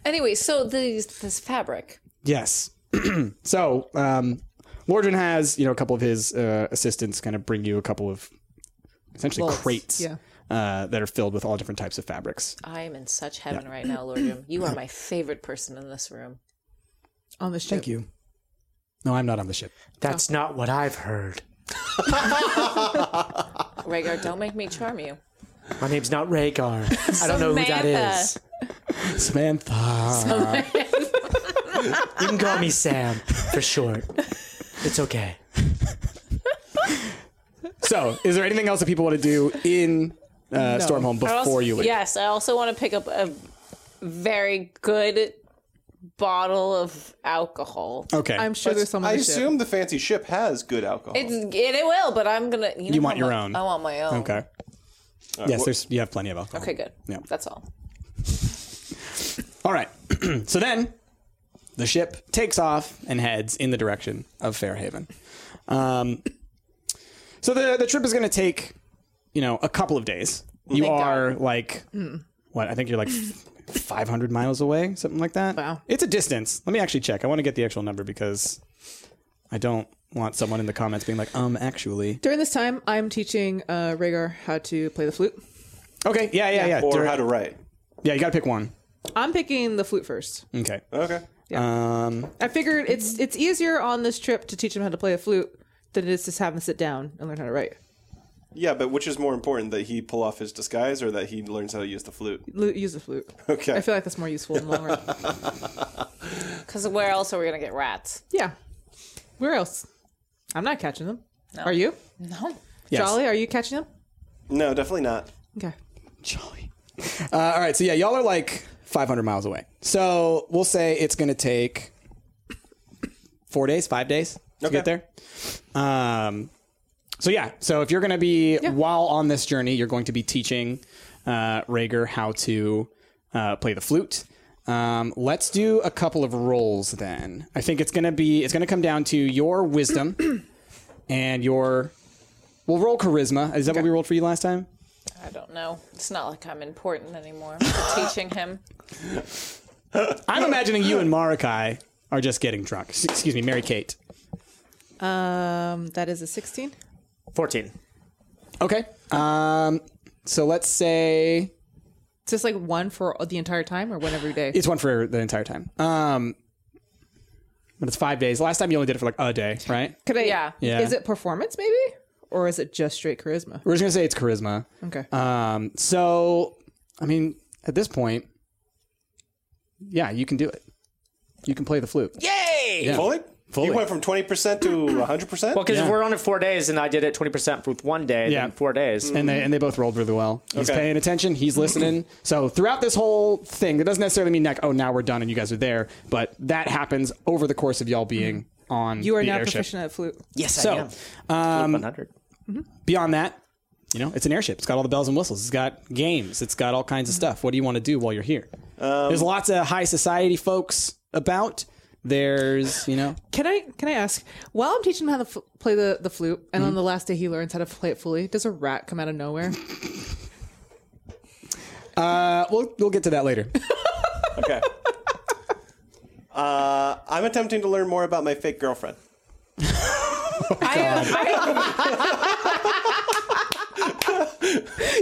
S5: Anyway, so these this fabric.
S3: Yes. so, um, Lordran has you know a couple of his uh, assistants kind of bring you a couple of essentially crates
S2: yeah.
S3: uh, that are filled with all different types of fabrics.
S5: I am in such heaven right now, Lord Doom. You are my favorite person in this room.
S2: on the ship. Thank
S3: you. No, I'm not on the ship.
S8: Oh.
S6: That's not what I've heard.
S5: Rhaegar, don't make me charm you.
S6: My name's not Rhaegar. I don't know who that is.
S5: Samantha.
S3: Samantha.
S6: You can call me Sam for short. It's okay.
S3: so, is there anything else that people want to do in uh, Stormhome
S5: I
S3: before
S5: also-
S3: you leave?
S5: Yes, I also want to pick up a very good bottle of alcohol.
S3: Okay.
S2: I'm sure there's someone.
S4: I
S2: on the ship.
S4: assume the fancy ship has good alcohol.
S5: It's, it, it will, but I'm gonna. You, know,
S3: You want
S5: I
S3: your own.
S5: I want my own.
S3: okay. yes, there's you have plenty of alcohol.
S5: Okay, good.
S3: Yeah.
S5: That's all.
S3: All right. so then the ship takes off and heads in the direction of Fairhaven. Um, so the, the trip is going to take, you know, a couple of days. You
S5: Thank
S3: are like, what? I think you're like 500 miles away, something like that.
S2: Wow.
S3: It's a distance. Let me actually check. I want to get the actual number because I don't want someone in the comments being like, um, actually.
S2: During this time, I'm teaching uh, Rhaegar how to play the flute.
S3: Okay. Yeah, yeah, yeah.
S4: or
S3: Dur-
S4: how to write.
S3: yeah, you got to pick one.
S2: I'm picking the flute first.
S3: Okay.
S4: Okay.
S3: Um,
S2: I figured it's it's easier on this trip to teach him how to play a flute than it is to have him sit down and learn how to write.
S4: Yeah, but which is more important that he pull off his disguise or that he learns how to use the flute?
S2: Lu- Use the flute.
S4: Okay.
S2: I feel like that's more useful in the long run.
S5: Because where else are we gonna get rats?
S2: Yeah. Where else? I'm not catching them. Are you?
S5: No.
S3: yes.
S2: Jolly, are you catching them?
S4: No, definitely not.
S2: Okay.
S3: Jolly. Uh, all right, so yeah, y'all are like 500 miles away. So we'll say it's going to take four days, five days to
S4: Okay.
S3: get there. Um, so yeah, so if you're going to be while on this journey, you're going to be teaching uh, Rager how to uh, play the flute. Um, let's do a couple of rolls then. I think it's going to be it's going to come down to your wisdom and your. We'll roll charisma. Is that what we rolled for you last time?
S5: I don't know. It's not like I'm important anymore. for teaching him.
S3: I'm imagining you and Marikai are just getting drunk. S- Excuse me, Mary Kate.
S2: Um, that is a 16.
S6: 14.
S3: Okay. Um, so let's say
S2: It's just like one for the entire time or one every day.
S3: it's one for the entire time. Um, but it's five days. Last time you only did it for like a day, right?
S2: Could I?
S5: Yeah.
S3: Yeah.
S2: Is it performance maybe, or is it just straight charisma?
S3: We're just gonna say it's charisma.
S2: Okay.
S3: Um, so I mean, at this point, yeah, you can do it. You can play the flute.
S6: Yay!
S3: Yeah.
S4: Fully?
S3: Fully.
S4: You went from 20% to 100%?
S6: Well, because
S3: Yeah.
S6: if we're on it four days and I did it 20% for one day,
S3: Yeah.
S6: then four days.
S3: and they and they both rolled really well. He's
S4: Okay.
S3: paying attention. He's listening. so throughout this whole thing, that doesn't necessarily mean like, oh, now we're done and you guys are there. But that happens over the course of y'all being on.
S2: You are
S3: the
S2: now
S3: airship.
S2: proficient at flute.
S6: yes,
S3: So,
S6: I
S8: Um,
S6: am. 100.
S3: Beyond that, you know, it's an airship. It's got all the bells and whistles. It's got games. It's got all kinds of stuff. What do you want to do while you're here? There's lots of high society folks about. There's you know,
S2: Can I? Can I ask? While I'm teaching him how to f- play the, the flute, and
S3: Mm-hmm.
S2: on the last day he learns how to play it fully, does a rat come out of nowhere?
S3: uh, we'll we'll get to that later.
S4: Okay. Uh, I'm attempting to learn more about my fake girlfriend.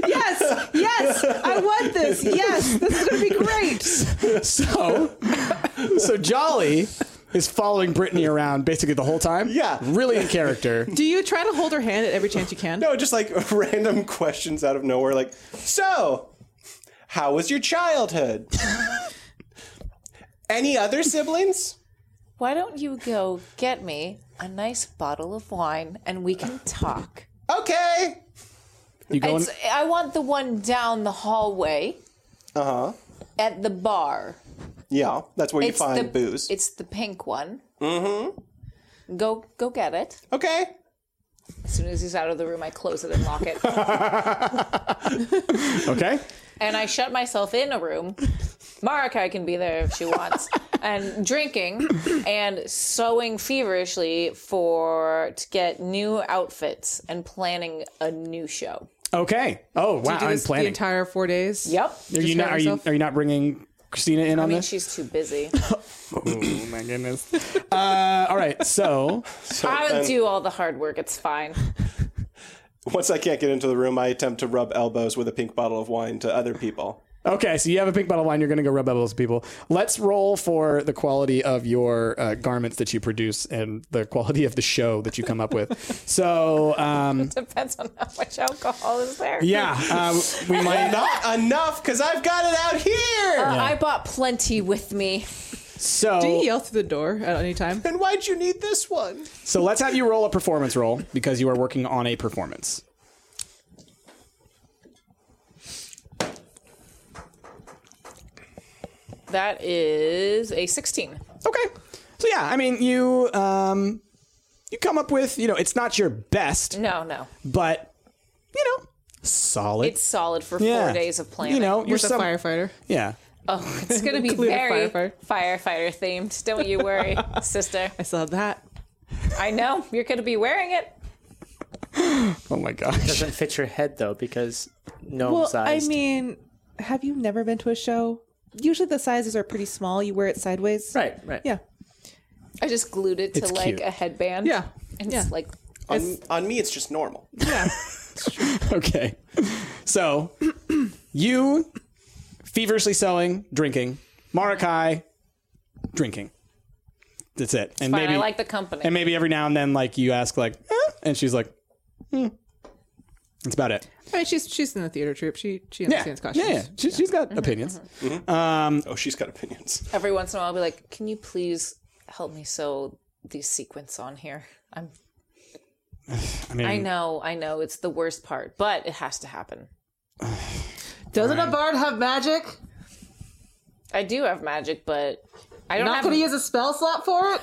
S2: yes, yes, I want this. Yes, this is gonna be great.
S3: So, so Jolly is following Brittany around basically the whole time.
S4: Yeah.
S3: really in character.
S2: Do you try to hold her hand at every chance you can?
S4: No, just like random questions out of nowhere, like, so, how was your childhood? Any other siblings?
S5: Why don't you go get me a nice bottle of wine and we can talk?
S4: Okay.
S3: You go in-
S5: It's, I want the one down the hallway. at the bar.
S4: Yeah, that's where Uh-huh. you find
S5: the
S4: booze.
S5: It's the pink one. Mm-hmm. Go go get it.
S4: okay.
S5: As soon as he's out of the room, I close it and lock it,
S3: Okay.
S5: and I shut myself in a room. Marakai can be there if she wants, and drinking and sewing feverishly for to get new outfits and planning a new show.
S3: Okay. Oh wow!
S2: You do
S3: I'm
S2: this the
S3: planning.
S2: entire four days.
S5: Yep.
S3: are you
S2: just
S3: not?
S2: by
S3: Are you,
S2: yourself?
S3: are you not bringing Christina in
S5: I
S3: on
S5: mean,
S3: this?
S5: she's too busy.
S3: oh my goodness. uh, all right. So
S4: So
S5: I
S4: then,
S5: would do all the hard work. It's fine.
S4: once I can't get into the room, I attempt to rub elbows with a pink bottle of wine to other people.
S3: okay. So you have a pink bottle of wine. You're going to go rub elbows with people. Let's roll for the quality of your uh, garments that you produce and the quality of the show that you come up with. So um,
S5: Depends on how much alcohol is there.
S3: yeah, uh, we might.
S4: Not enough, because I've got it out here.
S5: Uh, I bought plenty with me.
S3: So
S2: Do you yell through the door at any time?
S4: then why'd you need this one?
S3: So let's have you roll a performance roll because you are working on a performance.
S5: That is a 16.
S3: Okay. So yeah, I mean you um you come up with, you know, it's not your best,
S5: No, no.
S3: but you know, solid.
S5: It's solid for
S3: Yeah.
S5: four days of planning.
S3: You know, you're
S2: With a
S3: some
S2: firefighter.
S3: Yeah.
S5: oh, it's going to be
S2: Include a
S5: very
S2: firefighter.
S5: firefighter themed. Don't you worry, sister.
S2: I still have that.
S5: I know you're going to be wearing it.
S3: Oh my gosh.
S6: Doesn't fit your head though because no
S2: Well,
S6: size.
S2: I mean, have you never been to a show? Usually the sizes are pretty small. You wear it sideways.
S6: right, right.
S2: Yeah.
S5: I just glued it to
S3: It's
S5: like
S3: cute.
S5: a headband.
S2: Yeah.
S5: And
S2: Yeah.
S5: it's like,
S4: On, on me, it's just normal.
S2: Yeah.
S3: okay. So you feverishly selling, drinking, Marakai drinking. That's it. and
S5: fine,
S3: maybe
S5: I like the company.
S3: and maybe every now and then like you ask like eh? and she's like hmm. That's about it.
S2: I mean, she's she's in the theater troupe. She she understands
S3: yeah,
S2: costumes.
S3: yeah. She, She's got
S5: Mm-hmm.
S3: opinions.
S4: Oh, she's got opinions.
S5: Every once in a while, I'll be like, can you please help me sew these sequins on here? I'm,
S3: I mean,
S5: I know, I know it's the worst part, but it has to happen.
S2: Doesn't a bard have magic?
S5: I do have magic, but I don't have
S2: use a spell slot for it.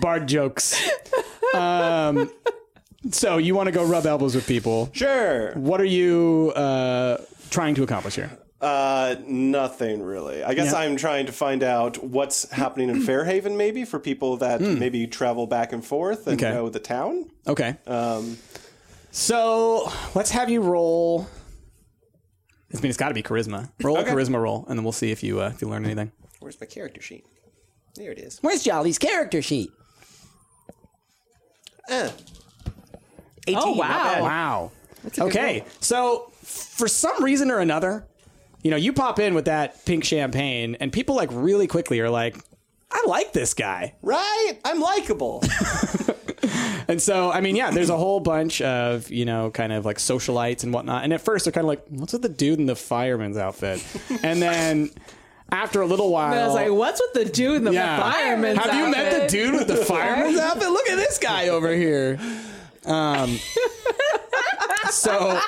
S3: bard jokes. um, so you want to go rub elbows with people?
S4: Sure.
S3: What are you uh, trying to accomplish here?
S4: Uh, nothing really. I guess
S3: Yeah.
S4: I'm trying to find out what's happening in Fairhaven, maybe for people that maybe travel back and forth and
S3: Hmm. Okay.
S4: know the town.
S3: Okay. Um, so let's have you roll. I mean, it's got to be charisma. Roll
S4: Okay.
S3: a charisma roll, and then we'll see if you uh, if you learn anything.
S4: Where's my character sheet? There it is.
S9: Where's Jolly's character sheet? 18.
S2: Oh wow.
S3: Wow. Okay. So for some reason or another, you know, you pop in with that pink champagne, and people like really quickly are like, "I like this guy."
S4: Right? I'm likable.
S3: And so, I mean, yeah, there's a whole bunch of, you know, kind of like socialites and whatnot. And at first, they're kind of like, what's with the dude in the fireman's outfit? And then after a little while.
S2: I was like, what's with the dude in the
S3: yeah.
S2: fireman's
S3: Have you met the
S2: outfit?
S3: dude with the fireman's outfit? Look at this guy over here. Um, so,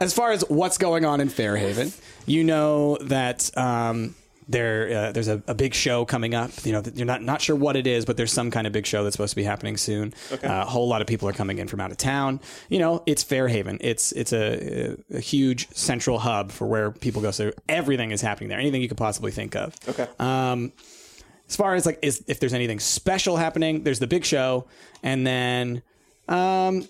S3: as far as what's going on in Fairhaven, you know that. Um, there, uh, there's a, a big show coming up. You know, that you're not not sure what it is, but there's some kind of big show that's supposed to be happening soon. Uh, a whole lot of people are coming in from out of town. You know, it's Fairhaven. It's it's a, a huge central hub for where people go. So everything is happening there. Anything you could possibly think of.
S4: Okay.
S3: Um, as far as like is if there's anything special happening, there's the big show, and then um,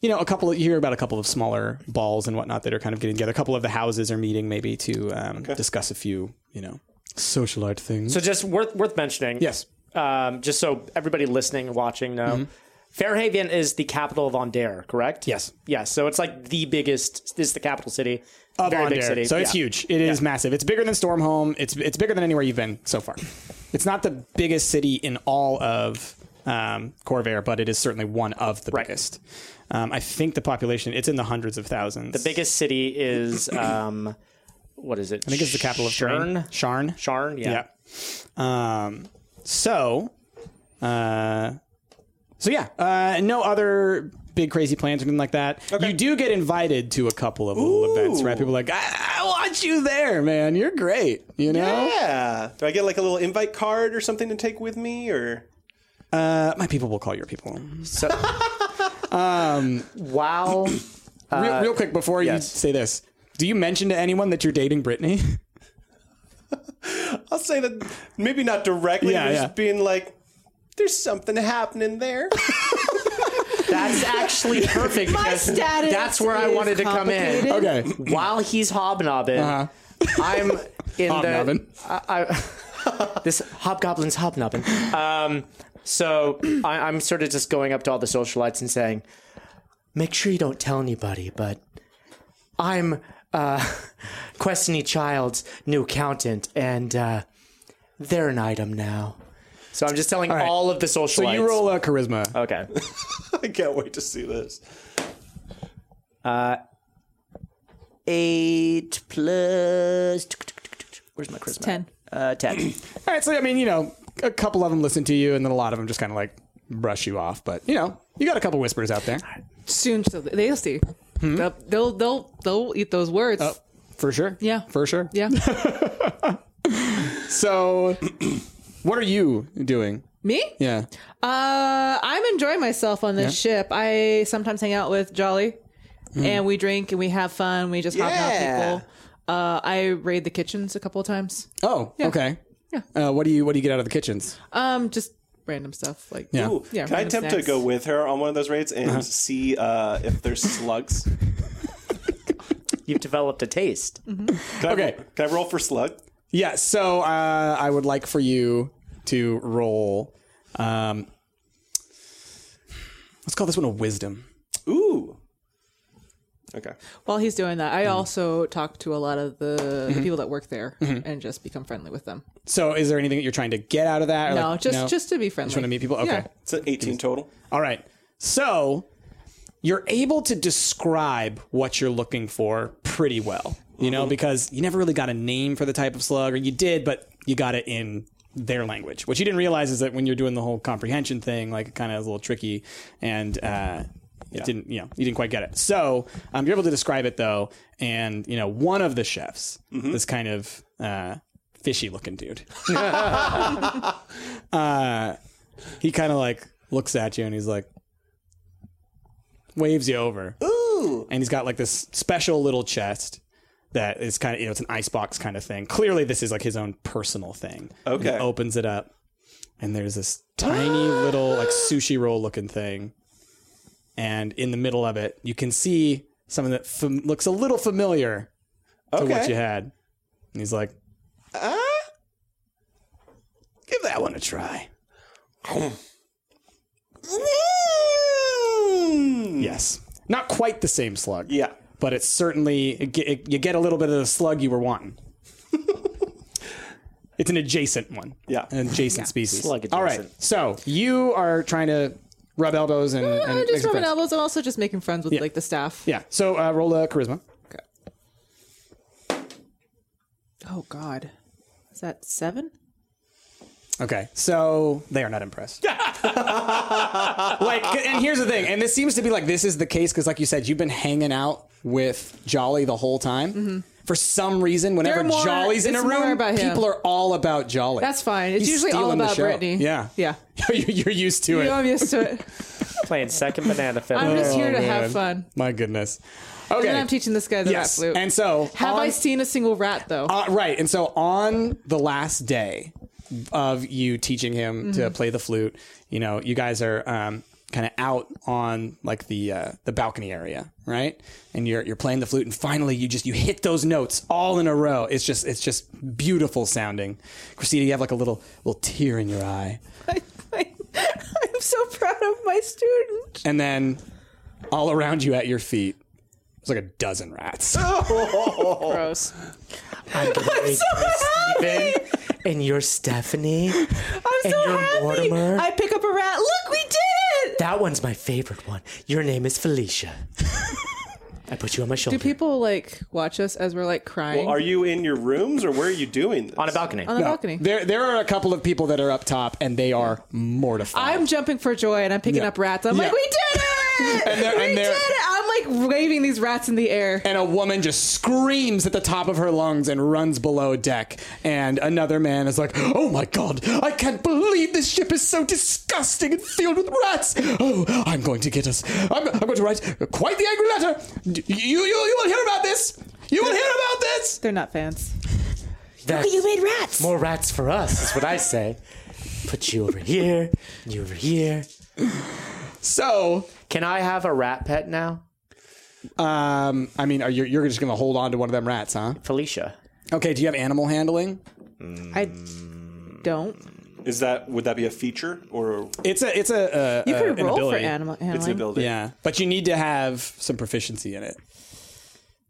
S3: you know, a couple of, you hear about a couple of smaller balls and whatnot that are kind of getting together. A couple of the houses are meeting maybe to um, discuss a few, you know, socialite things.
S6: So just worth worth mentioning.
S3: yes. Mm-hmm.
S6: Um, just so everybody listening and watching know. Fairhaven is the capital of Ondare, correct?
S3: Yes.
S6: Yes. So it's like the biggest this is the capital city.
S3: Of
S6: Very big
S3: Ondair.
S6: city.
S3: So it's
S6: Yeah.
S3: huge. It is massive. It's bigger than Stormhome. It's it's bigger than anywhere you've been so far. It's not the biggest city in all of um, Corvair, but it is certainly one of the biggest. Um, I think the population it's in the hundreds of thousands.
S6: The biggest city is um, what is it?
S3: I think it's the capital of Thrain.
S6: Sharn.
S3: Sharn.
S6: Sharn. Yeah.
S3: Yeah. Um, so, uh, So yeah, uh, no other big crazy plans or anything like that. You do get invited to a couple of little events, right? People are like, I-, I want you there, man. You're great. You know,
S4: Yeah. Do I get like a little invite card or something to take with me or
S3: Uh, my people will call your people.
S8: So, wow.
S3: Real, real quick before
S8: Uh, yes.
S3: you say this, do you mention to anyone that you're dating Brittany?
S4: I'll say that maybe not directly,
S3: Yeah,
S4: but
S3: yeah.
S4: just being like, there's something happening there.
S8: That's actually perfect.
S2: My
S8: because
S2: status
S8: That's where I
S2: is
S8: wanted to come in.
S2: complicated.
S3: okay.
S8: While he's hobnobbing, I'm in
S3: Uh-huh. Hobnobbing.
S8: the. I, I, this hobgoblin's hobnobbing. Um, so I, I'm sort of just going up to all the socialites and saying, "Make sure you don't tell anybody, but I'm uh, Questiny Child's new accountant, and uh, they're an item now." So I'm just telling all,
S3: right.
S8: of the socialites.
S3: So you roll a charisma.
S8: Okay.
S4: I can't wait to see this.
S8: Eight plus. Where's my charisma?
S2: Ten.
S8: Uh, ten.
S3: All right. So I mean, you know, a couple of them listen to you, and then a lot of them just kind of like brush you off. But you know, you got a couple whispers out there
S2: Soon, so they'll see. They'll, they'll they'll they'll eat those words.
S3: for sure.
S2: Yeah.
S3: for sure.
S2: Yeah.
S3: So, what are you doing?
S2: Me?
S3: Yeah.
S2: Uh, I'm enjoying myself on this ship. I sometimes hang out with Jolly,
S3: Hmm.
S2: and we drink and we have fun. We just hop
S4: Yeah.
S2: out people. Uh, I raid the kitchens a couple of times.
S3: Oh, okay.
S2: Yeah.
S3: Uh, what do you What do you get out of the kitchens?
S2: Um, just random stuff like
S3: Yeah.
S4: Ooh,
S2: Yeah,
S4: can I
S2: random
S4: attempt to
S2: snacks.
S4: go with her on one of those raids and see uh, if there's slugs?
S8: You've developed a taste.
S4: Can I-
S3: Okay.
S4: can I roll for slug?
S3: Yeah. So uh, I would like for you to roll. Um, let's call this one a wisdom.
S4: Ooh. Okay.
S2: While he's doing that,
S3: Hmm.
S2: I also talk to a lot of the, the people that work there
S3: Hmm.
S2: and just become friendly with them.
S3: So is there anything that you're trying to get out of that? or
S2: No,
S3: like-
S2: just just to be friendly.
S3: just want to meet people. Okay.
S2: Yeah.
S4: It's an 18 total.
S3: All right. So you're able to describe what you're looking for pretty well, you know, because you never really got a name for the type of slug, or you did, but you got it in their language. What you didn't realize is that when you're doing the whole comprehension thing, like it kind of is a little tricky, and uh, it didn't, you know, you didn't quite get it. So um, you're able to describe it though, and you know, one of the chefs, this kind of uh, fishy looking dude he kind of like looks at you and he's like waves you over. Ooh. And he's got like this special little chest that is kind of you know it's an icebox kind of thing. Clearly this is like his own personal thing. And he
S4: Okay.
S3: opens it up and there's this tiny little like sushi roll looking thing. And in the middle of it, you can see something that fam- looks a little familiar to
S4: Okay.
S3: what you had. And he's like, "Ah, give that one a try."
S4: Mm.
S3: Yes. Not quite the same slug.
S4: Yeah.
S3: But it's certainly, it, ge- it, you get a little bit of the slug you were wanting. it's an adjacent one.
S4: Yeah.
S3: An adjacent species.
S8: Slug
S3: All right.
S8: adjacent.
S3: So you are trying to rub elbows and. and
S2: I'm
S3: make
S2: just
S3: some
S2: rubbing
S3: friends.
S2: elbows. I'm also just making friends with
S3: Yeah.
S2: like the staff.
S3: Yeah. So uh, roll a charisma.
S2: Oh God, is that seven?
S3: Okay. So they are not impressed. like, and here's the thing, and this seems to be like this is the case because, like you said, you've been hanging out with Jolly the whole time. For some reason, whenever
S2: Mm-hmm. They're more-
S3: Jolly's in a
S2: it's more
S3: room,
S2: about him.
S3: people are all about Jolly.
S2: That's fine. It's
S3: He's
S2: usually all
S3: stealing the
S2: about
S3: show.
S2: Brittany.
S3: Yeah.
S2: yeah.
S3: You're you're used to
S2: You know,
S3: it.
S2: I'm used to it.
S8: Playing second banana fiddle.
S2: I'm just here to have
S3: Oh, man.
S2: fun.
S3: My goodness. Okay.
S2: And I'm teaching this guy the
S3: yes.
S2: rap loop.
S3: And so
S2: have I
S3: on-
S2: seen a single rat though?
S3: Uh, right. And so on the last day of you teaching him
S2: Mm-hmm.
S3: to play the flute, you know, you guys are um, kind of out on like the uh, the balcony area, right? And you're you're playing the flute, and finally you just you hit those notes all in a row. It's just it's just beautiful sounding. Christina, you have like a little little tear in your eye,
S2: I, am so proud of my student.
S3: and then all around you at your feet. There's like a dozen rats.
S2: Oh. Gross.
S8: I'm so happy. And you're Stephanie.
S2: I'm
S8: And
S2: so
S8: you're
S2: happy.
S8: Mortimer?
S2: I pick up a rat. Look, we did it.
S8: That one's my favorite one. Your name is Felicia. I put you on my shoulder.
S2: Do people like watch us as we're like crying?
S4: Well, are you in your rooms or where are you doing this?
S8: on a balcony.
S2: on the balcony.
S3: There, there are a couple of people that are up top, and they are mortified.
S2: I'm jumping for joy and I'm picking
S3: Yeah.
S2: up rats. I'm
S3: Yeah.
S2: like, we did it!
S3: And they're-
S2: we did
S3: and they're-
S2: it! I'm like waving these rats in the air.
S3: and a woman just screams at the top of her lungs and runs below deck. And another man is like, "Oh my god, I can't believe this ship is so disgusting and filled with rats! Oh, I'm going to get us. I'm, I'm going to write quite the angry letter. D- You, you, you will hear about this. You will hear about this."
S2: They're not fans.
S8: That's
S5: You made rats.
S8: more rats for us, is what I say. Put you over here, you over here.
S3: So,
S8: Can I have a rat pet now?
S3: um, I mean, are you, you're just going to hold on to one of them rats, huh?
S8: Felicia.
S3: Okay. Do you have animal handling?
S2: I don't.
S4: Is that would that be a feature or
S3: It's a, it's a, uh,
S2: You could
S3: an
S2: roll for
S3: ability.
S2: animal
S4: it's an
S2: handling.
S4: ability?
S3: yeah, but you need to have some proficiency in it.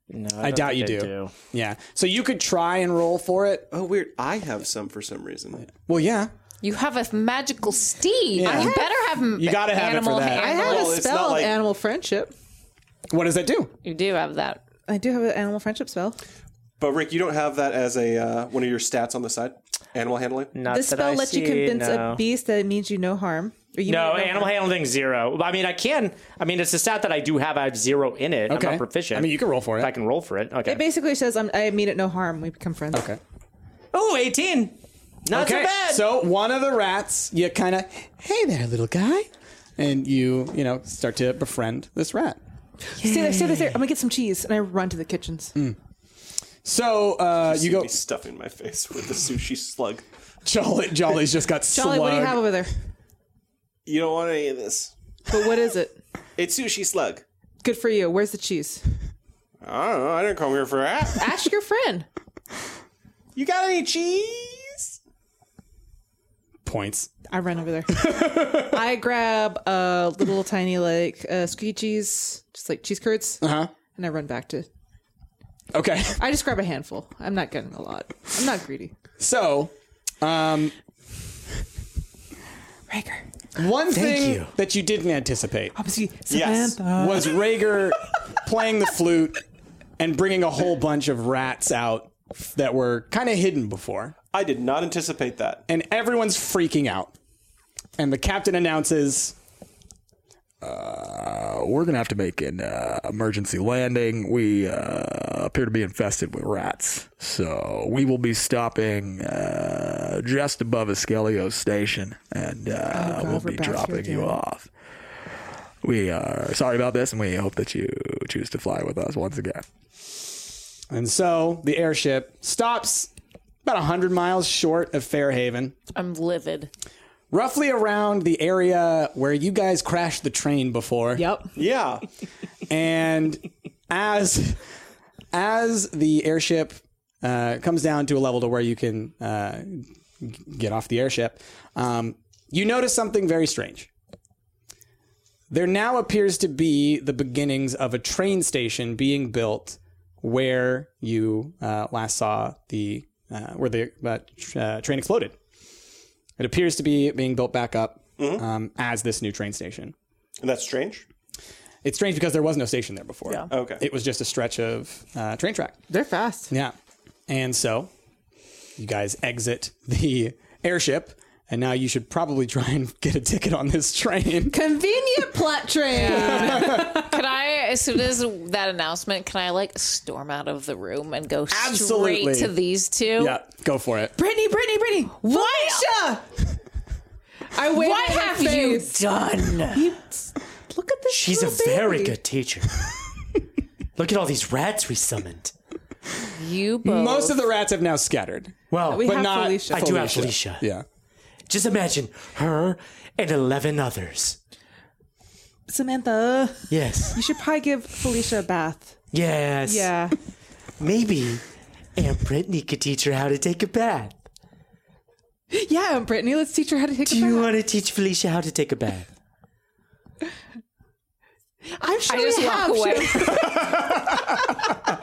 S8: No,
S3: I, doubt you do. Yeah. So you could try and roll for it.
S4: Oh, weird. I have some for some reason.
S3: Well, yeah.
S5: You have a magical steed.
S3: Yeah.
S5: You better have. m-
S3: You gotta have it for
S5: animal
S3: that. I
S2: I
S5: hand-
S2: have
S4: Well,
S2: a
S4: it's not
S2: spell of
S4: like-
S2: animal friendship.
S3: What does that do?
S5: You do have that.
S2: I do have an animal friendship spell.
S4: But Rick, you don't have that as a uh, one of your stats on the side. Animal handling.
S8: Not
S2: This
S8: that
S2: spell
S8: I
S2: lets you
S8: see,
S2: convince
S8: no.
S2: a beast that it means you no harm. Or you mean
S8: No,
S2: no
S8: animal
S2: harm.
S8: handling zero. I mean, I can. I mean, it's a stat that I do have. I have zero in it.
S3: Okay.
S8: I'm not proficient.
S3: I mean, you can roll for
S8: But I
S3: it.
S8: can roll for it. Okay.
S2: It basically says I'm, I mean it no harm. We become friends.
S3: Okay.
S8: Ooh, 18. Not
S3: okay.
S8: too bad.
S3: So one of the rats, you kind of, hey there, little guy, and you, you know, start to befriend this rat.
S2: Stay there, stay there, stay there. I'm gonna get some cheese, and I run to the kitchens.
S3: So uh, you
S4: See
S3: go.
S4: me stuffing my face with the sushi slug.
S3: Jolly, Jolly's just got
S2: Jolly, what do you
S3: slugged.
S2: have over there?
S4: You don't want any of this.
S2: But what is it?
S4: It's sushi slug.
S2: Good for you. Where's the cheese?
S4: I don't know. I didn't come here for that.
S2: Ask your friend.
S4: you got any cheese?
S3: Points.
S2: I run over there. I grab a little tiny like uh, squeegee cheese, just like cheese curds, uh-huh. and I run back to.
S3: Okay.
S2: I just grab a handful. I'm not getting a lot. I'm not greedy.
S3: So, um,
S2: Rager.
S3: one thing
S8: you.
S3: that you didn't anticipate
S2: I'm see-
S4: Yes.
S2: Samantha.
S3: was Rager playing the flute and bringing a whole bunch of rats out that were kind of hidden before.
S4: I did not anticipate that.
S3: and everyone's freaking out. And the captain announces,
S10: we're gonna have to make an uh, emergency landing. We uh, appear to be infested with rats, so we will be stopping uh, just above Escalio Station, and uh,
S2: Oh, God,
S10: we'll
S2: we're
S10: be
S2: back here
S10: dropping you
S2: again.
S10: off. We are sorry about this, and we hope that you choose to fly with us once again.
S3: and so the airship stops about 100 miles short of Fairhaven,
S5: I'm livid.
S3: roughly around the area where you guys crashed the train before.
S2: Yep.
S4: Yeah.
S3: And as as the airship uh, comes down to a level to where you can uh, g- get off the airship, um, you notice something very strange. There now appears to be the beginnings of a train station being built where you uh, last saw the uh, where the uh, tr- uh, train exploded. It appears to be being built back up um, as this new train station.
S4: And that's strange.
S3: It's strange because there was no station there before.
S4: Okay.
S3: It was just a stretch of uh, train track.
S2: They're fast.
S3: Yeah. And so you guys exit the airship, and now you should probably try and get a ticket on this train.
S2: Convenient plot train.
S5: Can I, as soon as that announcement, can I like storm out of the room and go
S3: Absolutely.
S5: straight to these two?
S3: yeah, go for it.
S2: Brittany, Brittany, Brittany. Felicia. I wait.
S5: What have you done?
S2: Look at this.
S8: She's a
S2: little
S8: very
S2: baby.
S8: good teacher. Look at all these rats we summoned.
S5: you both.
S3: Most of the rats have now scattered.
S8: Well,
S2: We
S3: But
S2: have
S3: not-
S2: Felicia.
S8: I do have Felicia.
S3: Yeah.
S8: Just imagine her and 11 others.
S2: Samantha.
S8: Yes.
S2: You should probably give Felicia a bath.
S8: Yes.
S2: Yeah.
S8: Maybe Aunt Brittany could teach her how to take a bath.
S2: Yeah, and Brittany, let's teach her how to take
S8: Do
S2: a bath.
S8: you want to teach Felicia how to take a bath?
S2: I'm sure
S5: I just
S2: we
S5: walk
S2: have.
S5: away.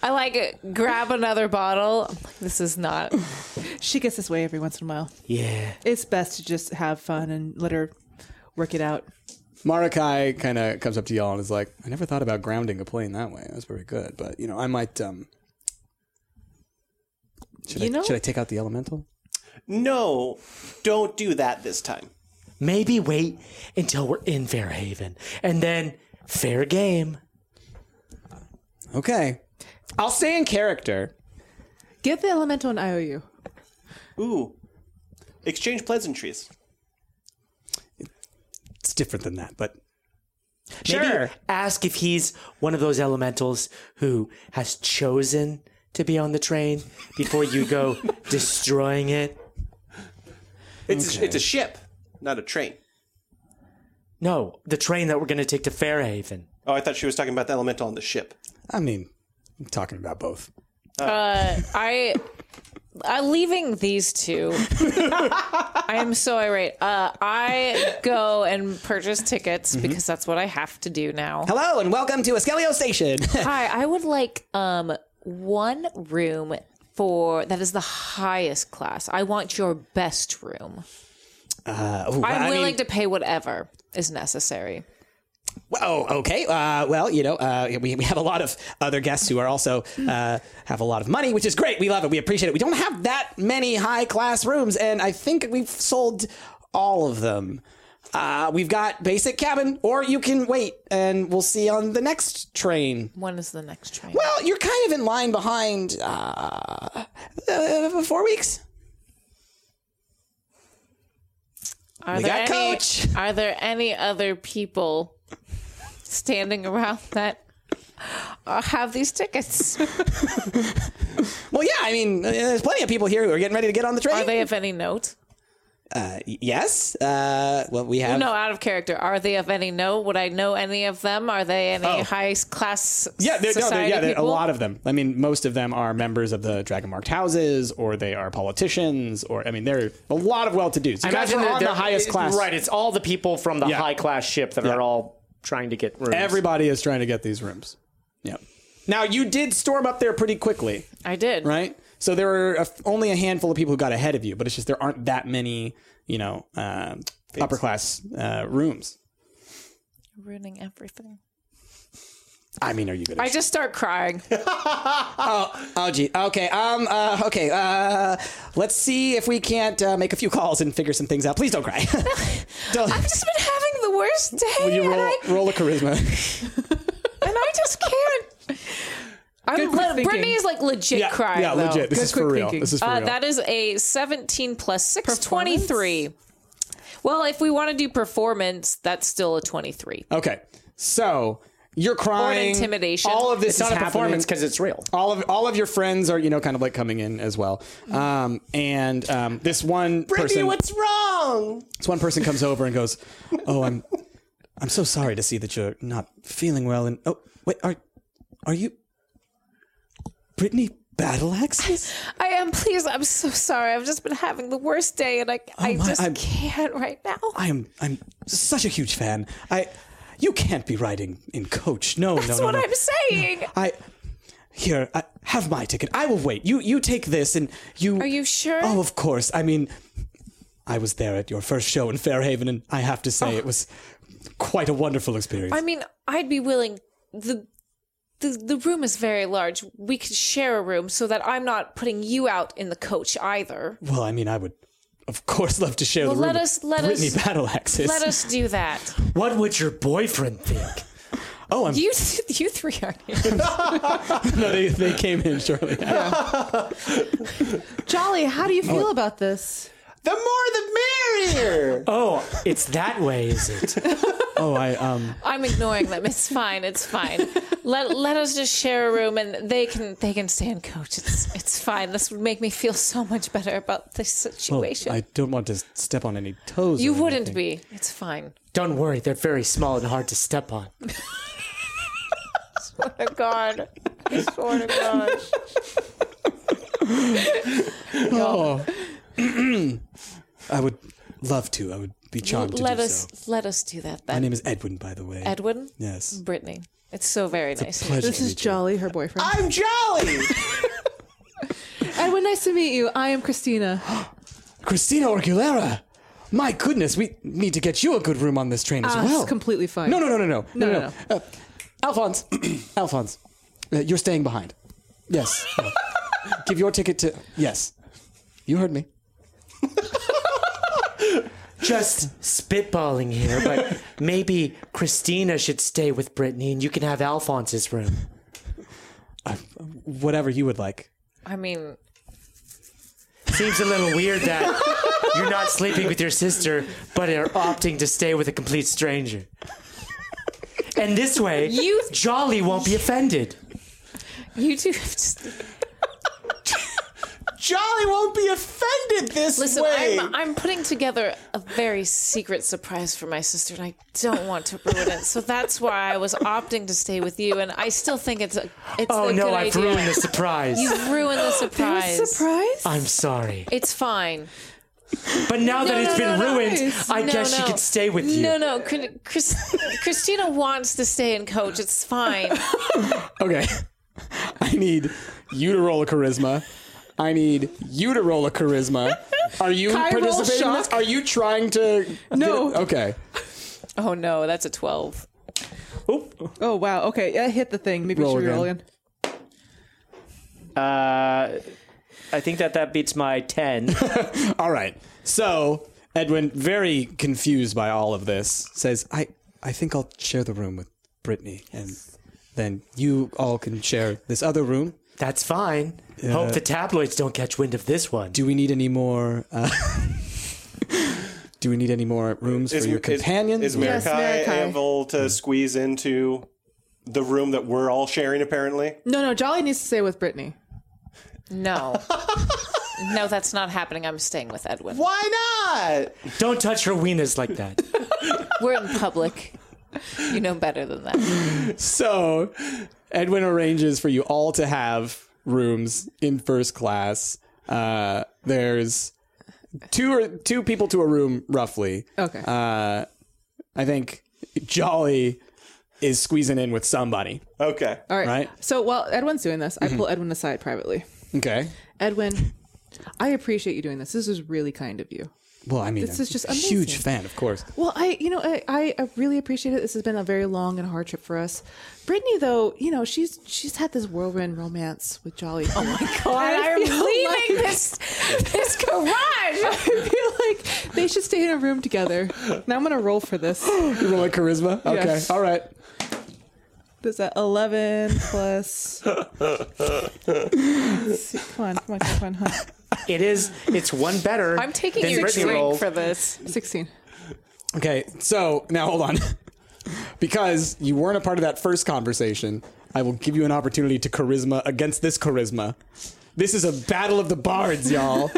S5: I like grab another bottle. I'm like, this is not.
S2: She gets this way every once in a while.
S8: Yeah.
S2: It's best to just have fun and let her work it out.
S3: Marakai kind of comes up to y'all and is like, "I never thought about grounding a plane that way. That's pretty good, but you know, I might um." Should, I,
S4: You know-
S3: should I take out the elemental?
S4: No, don't do that this time.
S8: Maybe wait until we're in Fairhaven and then fair game.
S3: Okay. I'll stay in character.
S2: Get the elemental and IOU.
S4: Ooh. Exchange pleasantries.
S3: It's different than that, but
S8: Maybe ask if he's one of those elementals who has chosen to be on the train before you go destroying it.
S4: It's it's a ship, not a train.
S8: No, the train that we're going to take to Fairhaven.
S4: Oh, I thought she was talking about the elemental on the ship.
S3: I mean, I'm talking about both.
S5: Uh, I, I leaving these two. I am so irate. Uh, I go and purchase tickets
S3: Mhm.
S5: because that's what I have to do now.
S3: Hello and welcome to Escalio Station.
S5: Hi, I would like um one room for that is the highest class. I want your best room.
S3: Uh, ooh,
S5: I'm
S3: I mean-
S5: willing to pay whatever is necessary.
S3: Well, oh, okay. Uh, well, you know, uh, we, we have a lot of other guests who are also uh, have a lot of money, which is great. We love it. We appreciate it. We don't have that many high class rooms, and I think we've sold all of them. Uh, we've got basic cabin, or you can wait, and we'll see on the next train.
S5: When is the next train?
S3: Well, you're kind of in line behind uh, uh, four weeks.
S5: Are
S3: We
S5: there
S3: got
S5: any, Are there any other people standing around that uh, have these tickets?
S3: Well, yeah, I mean, uh, there's plenty of people here who are getting ready to get on the train.
S5: Are they of any note?
S3: Uh, y- yes. Uh, well, we have.
S5: No, out of character. Are they of any note? Would I know any of them? Are they any
S3: Oh.
S5: high class?
S3: Yeah, there, no, there,
S5: society
S3: yeah, there, a
S5: people?
S3: lot of them. I mean, most of them are members of the dragon marked houses, or they are politicians, or I mean, there are a lot of well-to-dos. You guys are on the highest class,
S8: Right, it's all the people from the high class ship that are all trying to get rooms.
S3: Everybody is trying to get these rooms. Yep. Now you did storm up there pretty quickly.
S5: I did.
S3: Right. So there were a, only a handful of people who got ahead of you, but it's just there aren't that many, you know, um upper class uh, rooms.
S5: ruining everything.
S3: I mean, are you good? At
S5: I just start crying.
S3: oh, oh, gee. Okay. Um. Uh, okay. Uh. Let's see if we can't uh, make a few calls and figure some things out. Please don't cry.
S5: I've just been having the worst day,
S3: Will you
S5: and,
S3: roll,
S5: I,
S3: roll a charisma?
S5: and I just can't. I'm le- Brittany is like legit
S3: Yeah,
S5: crying.
S3: yeah,
S5: though.
S3: legit. This Good is for quick real. thinking. This is for
S5: Uh,
S3: real.
S5: That is a 17 plus 6, 23. Well, if we want to do performance, that's still a 23.
S3: okay. So you're crying.
S5: intimidation.
S3: All of this
S5: It's
S3: is
S5: not a
S3: happening.
S5: performance 'cause
S8: it's real.
S3: All of all of your friends are you know kind of like coming in as well. Um. And um. This one
S7: Brittany,
S3: person.
S7: what's wrong?
S3: This one person comes over and goes, "Oh, I'm, I'm so sorry to see that you're not feeling well." And oh, wait, are, are you, Brittany Battle Axes?
S5: I am, please. I'm so sorry. I've just been having the worst day, and I, I
S3: Oh my,
S5: just
S3: I'm-
S5: can't right now.
S3: I am, I'm such a huge fan. I, you can't be riding in coach. No,
S5: That's
S3: no, no,
S5: what
S3: no.
S5: I'm saying.
S3: I, here, I, have my ticket. I will wait. You, you take this, and you. Are
S5: you sure?
S3: Oh, of course. I mean, I was there at your first show in Fairhaven, and I have to say
S5: Oh.
S3: it was quite a wonderful experience.
S5: I mean, I'd be willing. The, the The room is very large. We could share a room so that I'm not putting you out in the coach either.
S3: Well, I mean, I would, of course, love to share
S5: Well,
S3: the room
S5: let
S3: with
S5: us- let
S3: Brittany
S5: us-
S3: battle axes.
S5: Let us do that.
S8: What would your boyfriend think?
S3: oh, I'm
S5: You you three are here.
S3: no, they, they came in shortly.
S2: Jolly, how do you feel about this?
S7: The more the merrier.
S8: Oh, it's that way, is it?
S3: oh, I um.
S5: I'm ignoring them. It's fine. It's fine. Let let us just share a room, and they can they can stay in coach. It's it's fine. This would make me feel so much better about this
S3: Well,
S5: situation.
S3: I don't want to step on any toes.
S5: you
S3: or
S5: wouldn't
S3: anything.
S5: be. It's fine.
S8: Don't worry, they're very small and hard to step on.
S5: Swear to Oh, God. I swear to God.
S3: Oh. I would love to. I would be charmed to
S5: let
S3: do
S5: us
S3: so.
S5: let us do that.
S3: My
S5: Then.
S3: name is Edwin, by the way.
S5: Edwin.
S3: Yes.
S5: Brittany. It's so very
S3: a
S5: nice.
S3: pleasure This to is meet you.
S2: Jolly, her boyfriend.
S7: I'm jolly.
S2: Edwin, nice to meet you. I am Christina.
S3: Christina Orgulera. My goodness, we need to get you a good room on this train as
S2: Ah,
S3: well.
S2: it's completely fine.
S3: No, no, no, no, no,
S2: No,
S3: no, no.
S2: no,
S3: no. Uh, Alphonse, Alphonse, uh, you're staying behind. Yes. Uh, give your ticket to. Yes. You heard me.
S8: Just spitballing here, but maybe Christina should stay with Brittany and you can have Alphonse's room.
S3: Whatever you would like.
S5: I mean,
S8: Seems a little weird that you're not sleeping with your sister, but are opting to stay with a complete stranger. And this way, you Jolly won't be offended.
S5: you two have just
S7: Jolly won't be offended this
S5: Listen,
S7: way.
S5: I'm, I'm putting together a very secret surprise for my sister, and I don't want to ruin it. So that's why I was opting to stay with you, and I still think it's a it's
S8: oh
S5: a
S8: no,
S5: good
S8: I've
S5: idea.
S8: ruined the surprise.
S5: You've ruined the surprise. surprise?
S8: I'm sorry.
S5: It's fine.
S8: But now that
S5: it's
S8: it's been ruined, I guess she could stay with you.
S5: No, no. Chri- Chris, Christina wants to stay and coach. It's fine.
S3: Okay. I need you to roll a charisma. I need you to roll a charisma. Are you
S5: Can I roll
S3: participating in this?
S5: shock?
S3: Are you trying to? No. okay.
S5: Oh, no. That's a 12.
S2: Oh, wow. Okay. I hit the thing. Maybe
S8: Roll
S2: we should roll
S8: again.
S2: again.
S8: Uh, I think that that beats my 10.
S3: all right. So Edwin, very confused by all of this, says, "I, I think I'll share the room with Brittany, and then you all can share this other room."
S8: That's fine. Hope the tabloids don't catch wind of this one.
S3: Do we need any more? Uh, do we need any more rooms for your companions?
S4: Is, is
S3: or-
S4: Marikai able to squeeze into the room that we're all sharing, apparently?
S2: No, no. Jolly needs to stay with Brittany.
S5: No. No, that's not happening. I'm staying with Edwin.
S7: Why
S8: Don't touch her wieners like that.
S5: We're in public. You know better than that.
S3: so Edwin arranges for you all to have rooms in first class. Uh, there's two or two people to a room
S4: Oh,
S3: roughly.
S2: Okay.
S3: Uh, I think Jolly is squeezing in with somebody.
S4: Okay.
S2: All right.
S3: Right.
S2: So while Edwin's doing this, I
S3: Mhm.
S2: pull Edwin aside privately.
S3: Okay.
S2: Edwin, I appreciate you doing this. This is really kind of you.
S3: Well, I mean,
S2: This
S3: I'm
S2: is just
S3: a huge
S2: amazing.
S3: fan, of course.
S2: Well, I, you know, I, I I really appreciate it. This has been a very long and hard trip for us. Brittany, though, you know, she's she's had this whirlwind romance with Jolly. Oh my god!
S5: I'm leaving this this garage.
S2: I feel like they should stay in a room together. Now I'm gonna roll for this.
S3: You roll a charisma. Okay.
S2: Yes.
S3: All right.
S2: There's that eleven plus. Let's see. Come on, come on, come on, come on.
S8: It is. It's one better.
S2: I'm taking
S8: than
S2: your
S8: Brittany
S2: drink
S8: rolled.
S2: for this. Sixteen.
S3: Okay, so now hold on. because you weren't a part of that first conversation, I will give you an opportunity to charisma against this charisma. This is a battle of the bards, y'all.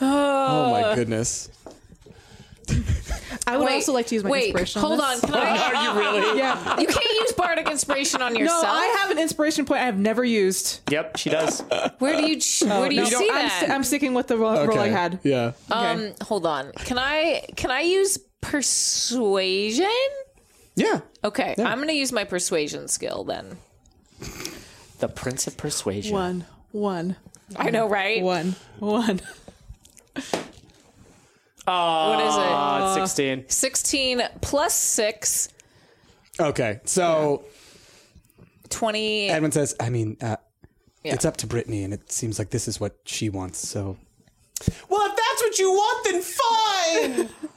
S3: oh my goodness.
S2: I would also like to use my
S5: wait,
S2: inspiration on
S5: Hold on,
S2: this.
S5: can I?
S2: Are you really?
S5: Yeah.
S2: Yeah.
S5: You can't use bardic inspiration on yourself.
S2: No, I have an inspiration point I have never used.
S8: Yep, she does.
S5: Where do you? ch-
S2: Oh,
S5: where do you
S2: no,
S5: see
S2: I'm,
S5: that?
S2: st- I'm sticking with the roll, roll I had.
S3: Yeah.
S5: Um, hold on. Can I? Can I use persuasion?
S3: Yeah.
S5: Okay, I'm gonna use my persuasion skill then.
S8: The Prince of Persuasion.
S2: One, one.
S5: I know, right?
S2: One, one.
S5: What is it?
S2: Uh,
S8: Ah, it's 16.
S5: Sixteen plus six.
S3: Okay, so
S5: 20
S3: Edwin says, I mean, uh,
S5: Yeah.
S3: it's up to Brittany, and it seems like this is what she wants, so.
S7: Well, if that's what you want, then fine.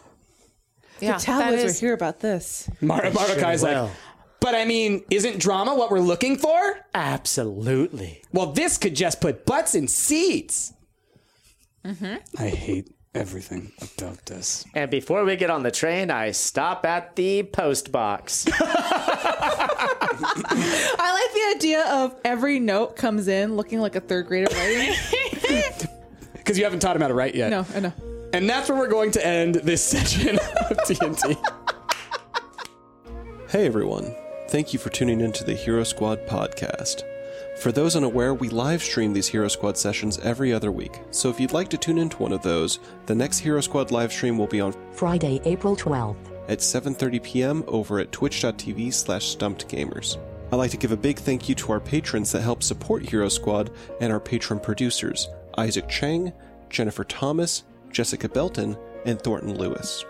S2: the tabloids are here about this.
S3: Mara, Mara Kai's like, but I mean, isn't drama what we're looking for?
S8: Absolutely.
S3: Well, this could just put butts in seats. I hate everything about this.
S8: And before we get on the train, I stop at the post box.
S2: I like the idea of every note comes in looking like a third grader writing.
S3: Because you haven't taught him how to write yet.
S2: no, I know.
S3: And that's where we're going to end this session of TNT.
S4: Hey everyone, thank you for tuning in to the Hero Squad podcast. For those unaware, we live stream these Hero Squad sessions every other week, so if you'd like to tune into one of those, the next Hero Squad live stream will be on
S11: Friday, April 12th.
S4: at 7.30 p.m. over at twitch.tv slash stumpedgamers. I'd like to give a big thank you to our patrons that help support Hero Squad and our patron producers, Isaac Chang, Jennifer Thomas, Jessica Belton, and Thornton Lewis.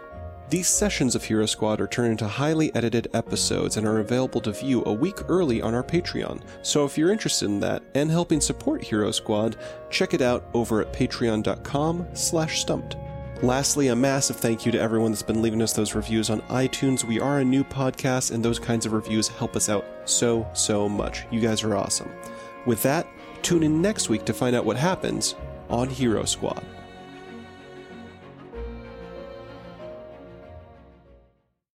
S4: These sessions of Hero Squad are turned into highly edited episodes and are available to view a week early on our Patreon. So if you're interested in that and helping support Hero Squad, check it out over at patreon.com slash stumped. Lastly, a massive thank you to everyone that's been leaving us those reviews on iTunes. We are a new podcast, and those kinds of reviews help us out so, so much. You guys are awesome. With that, tune in next week to find out what happens on Hero Squad.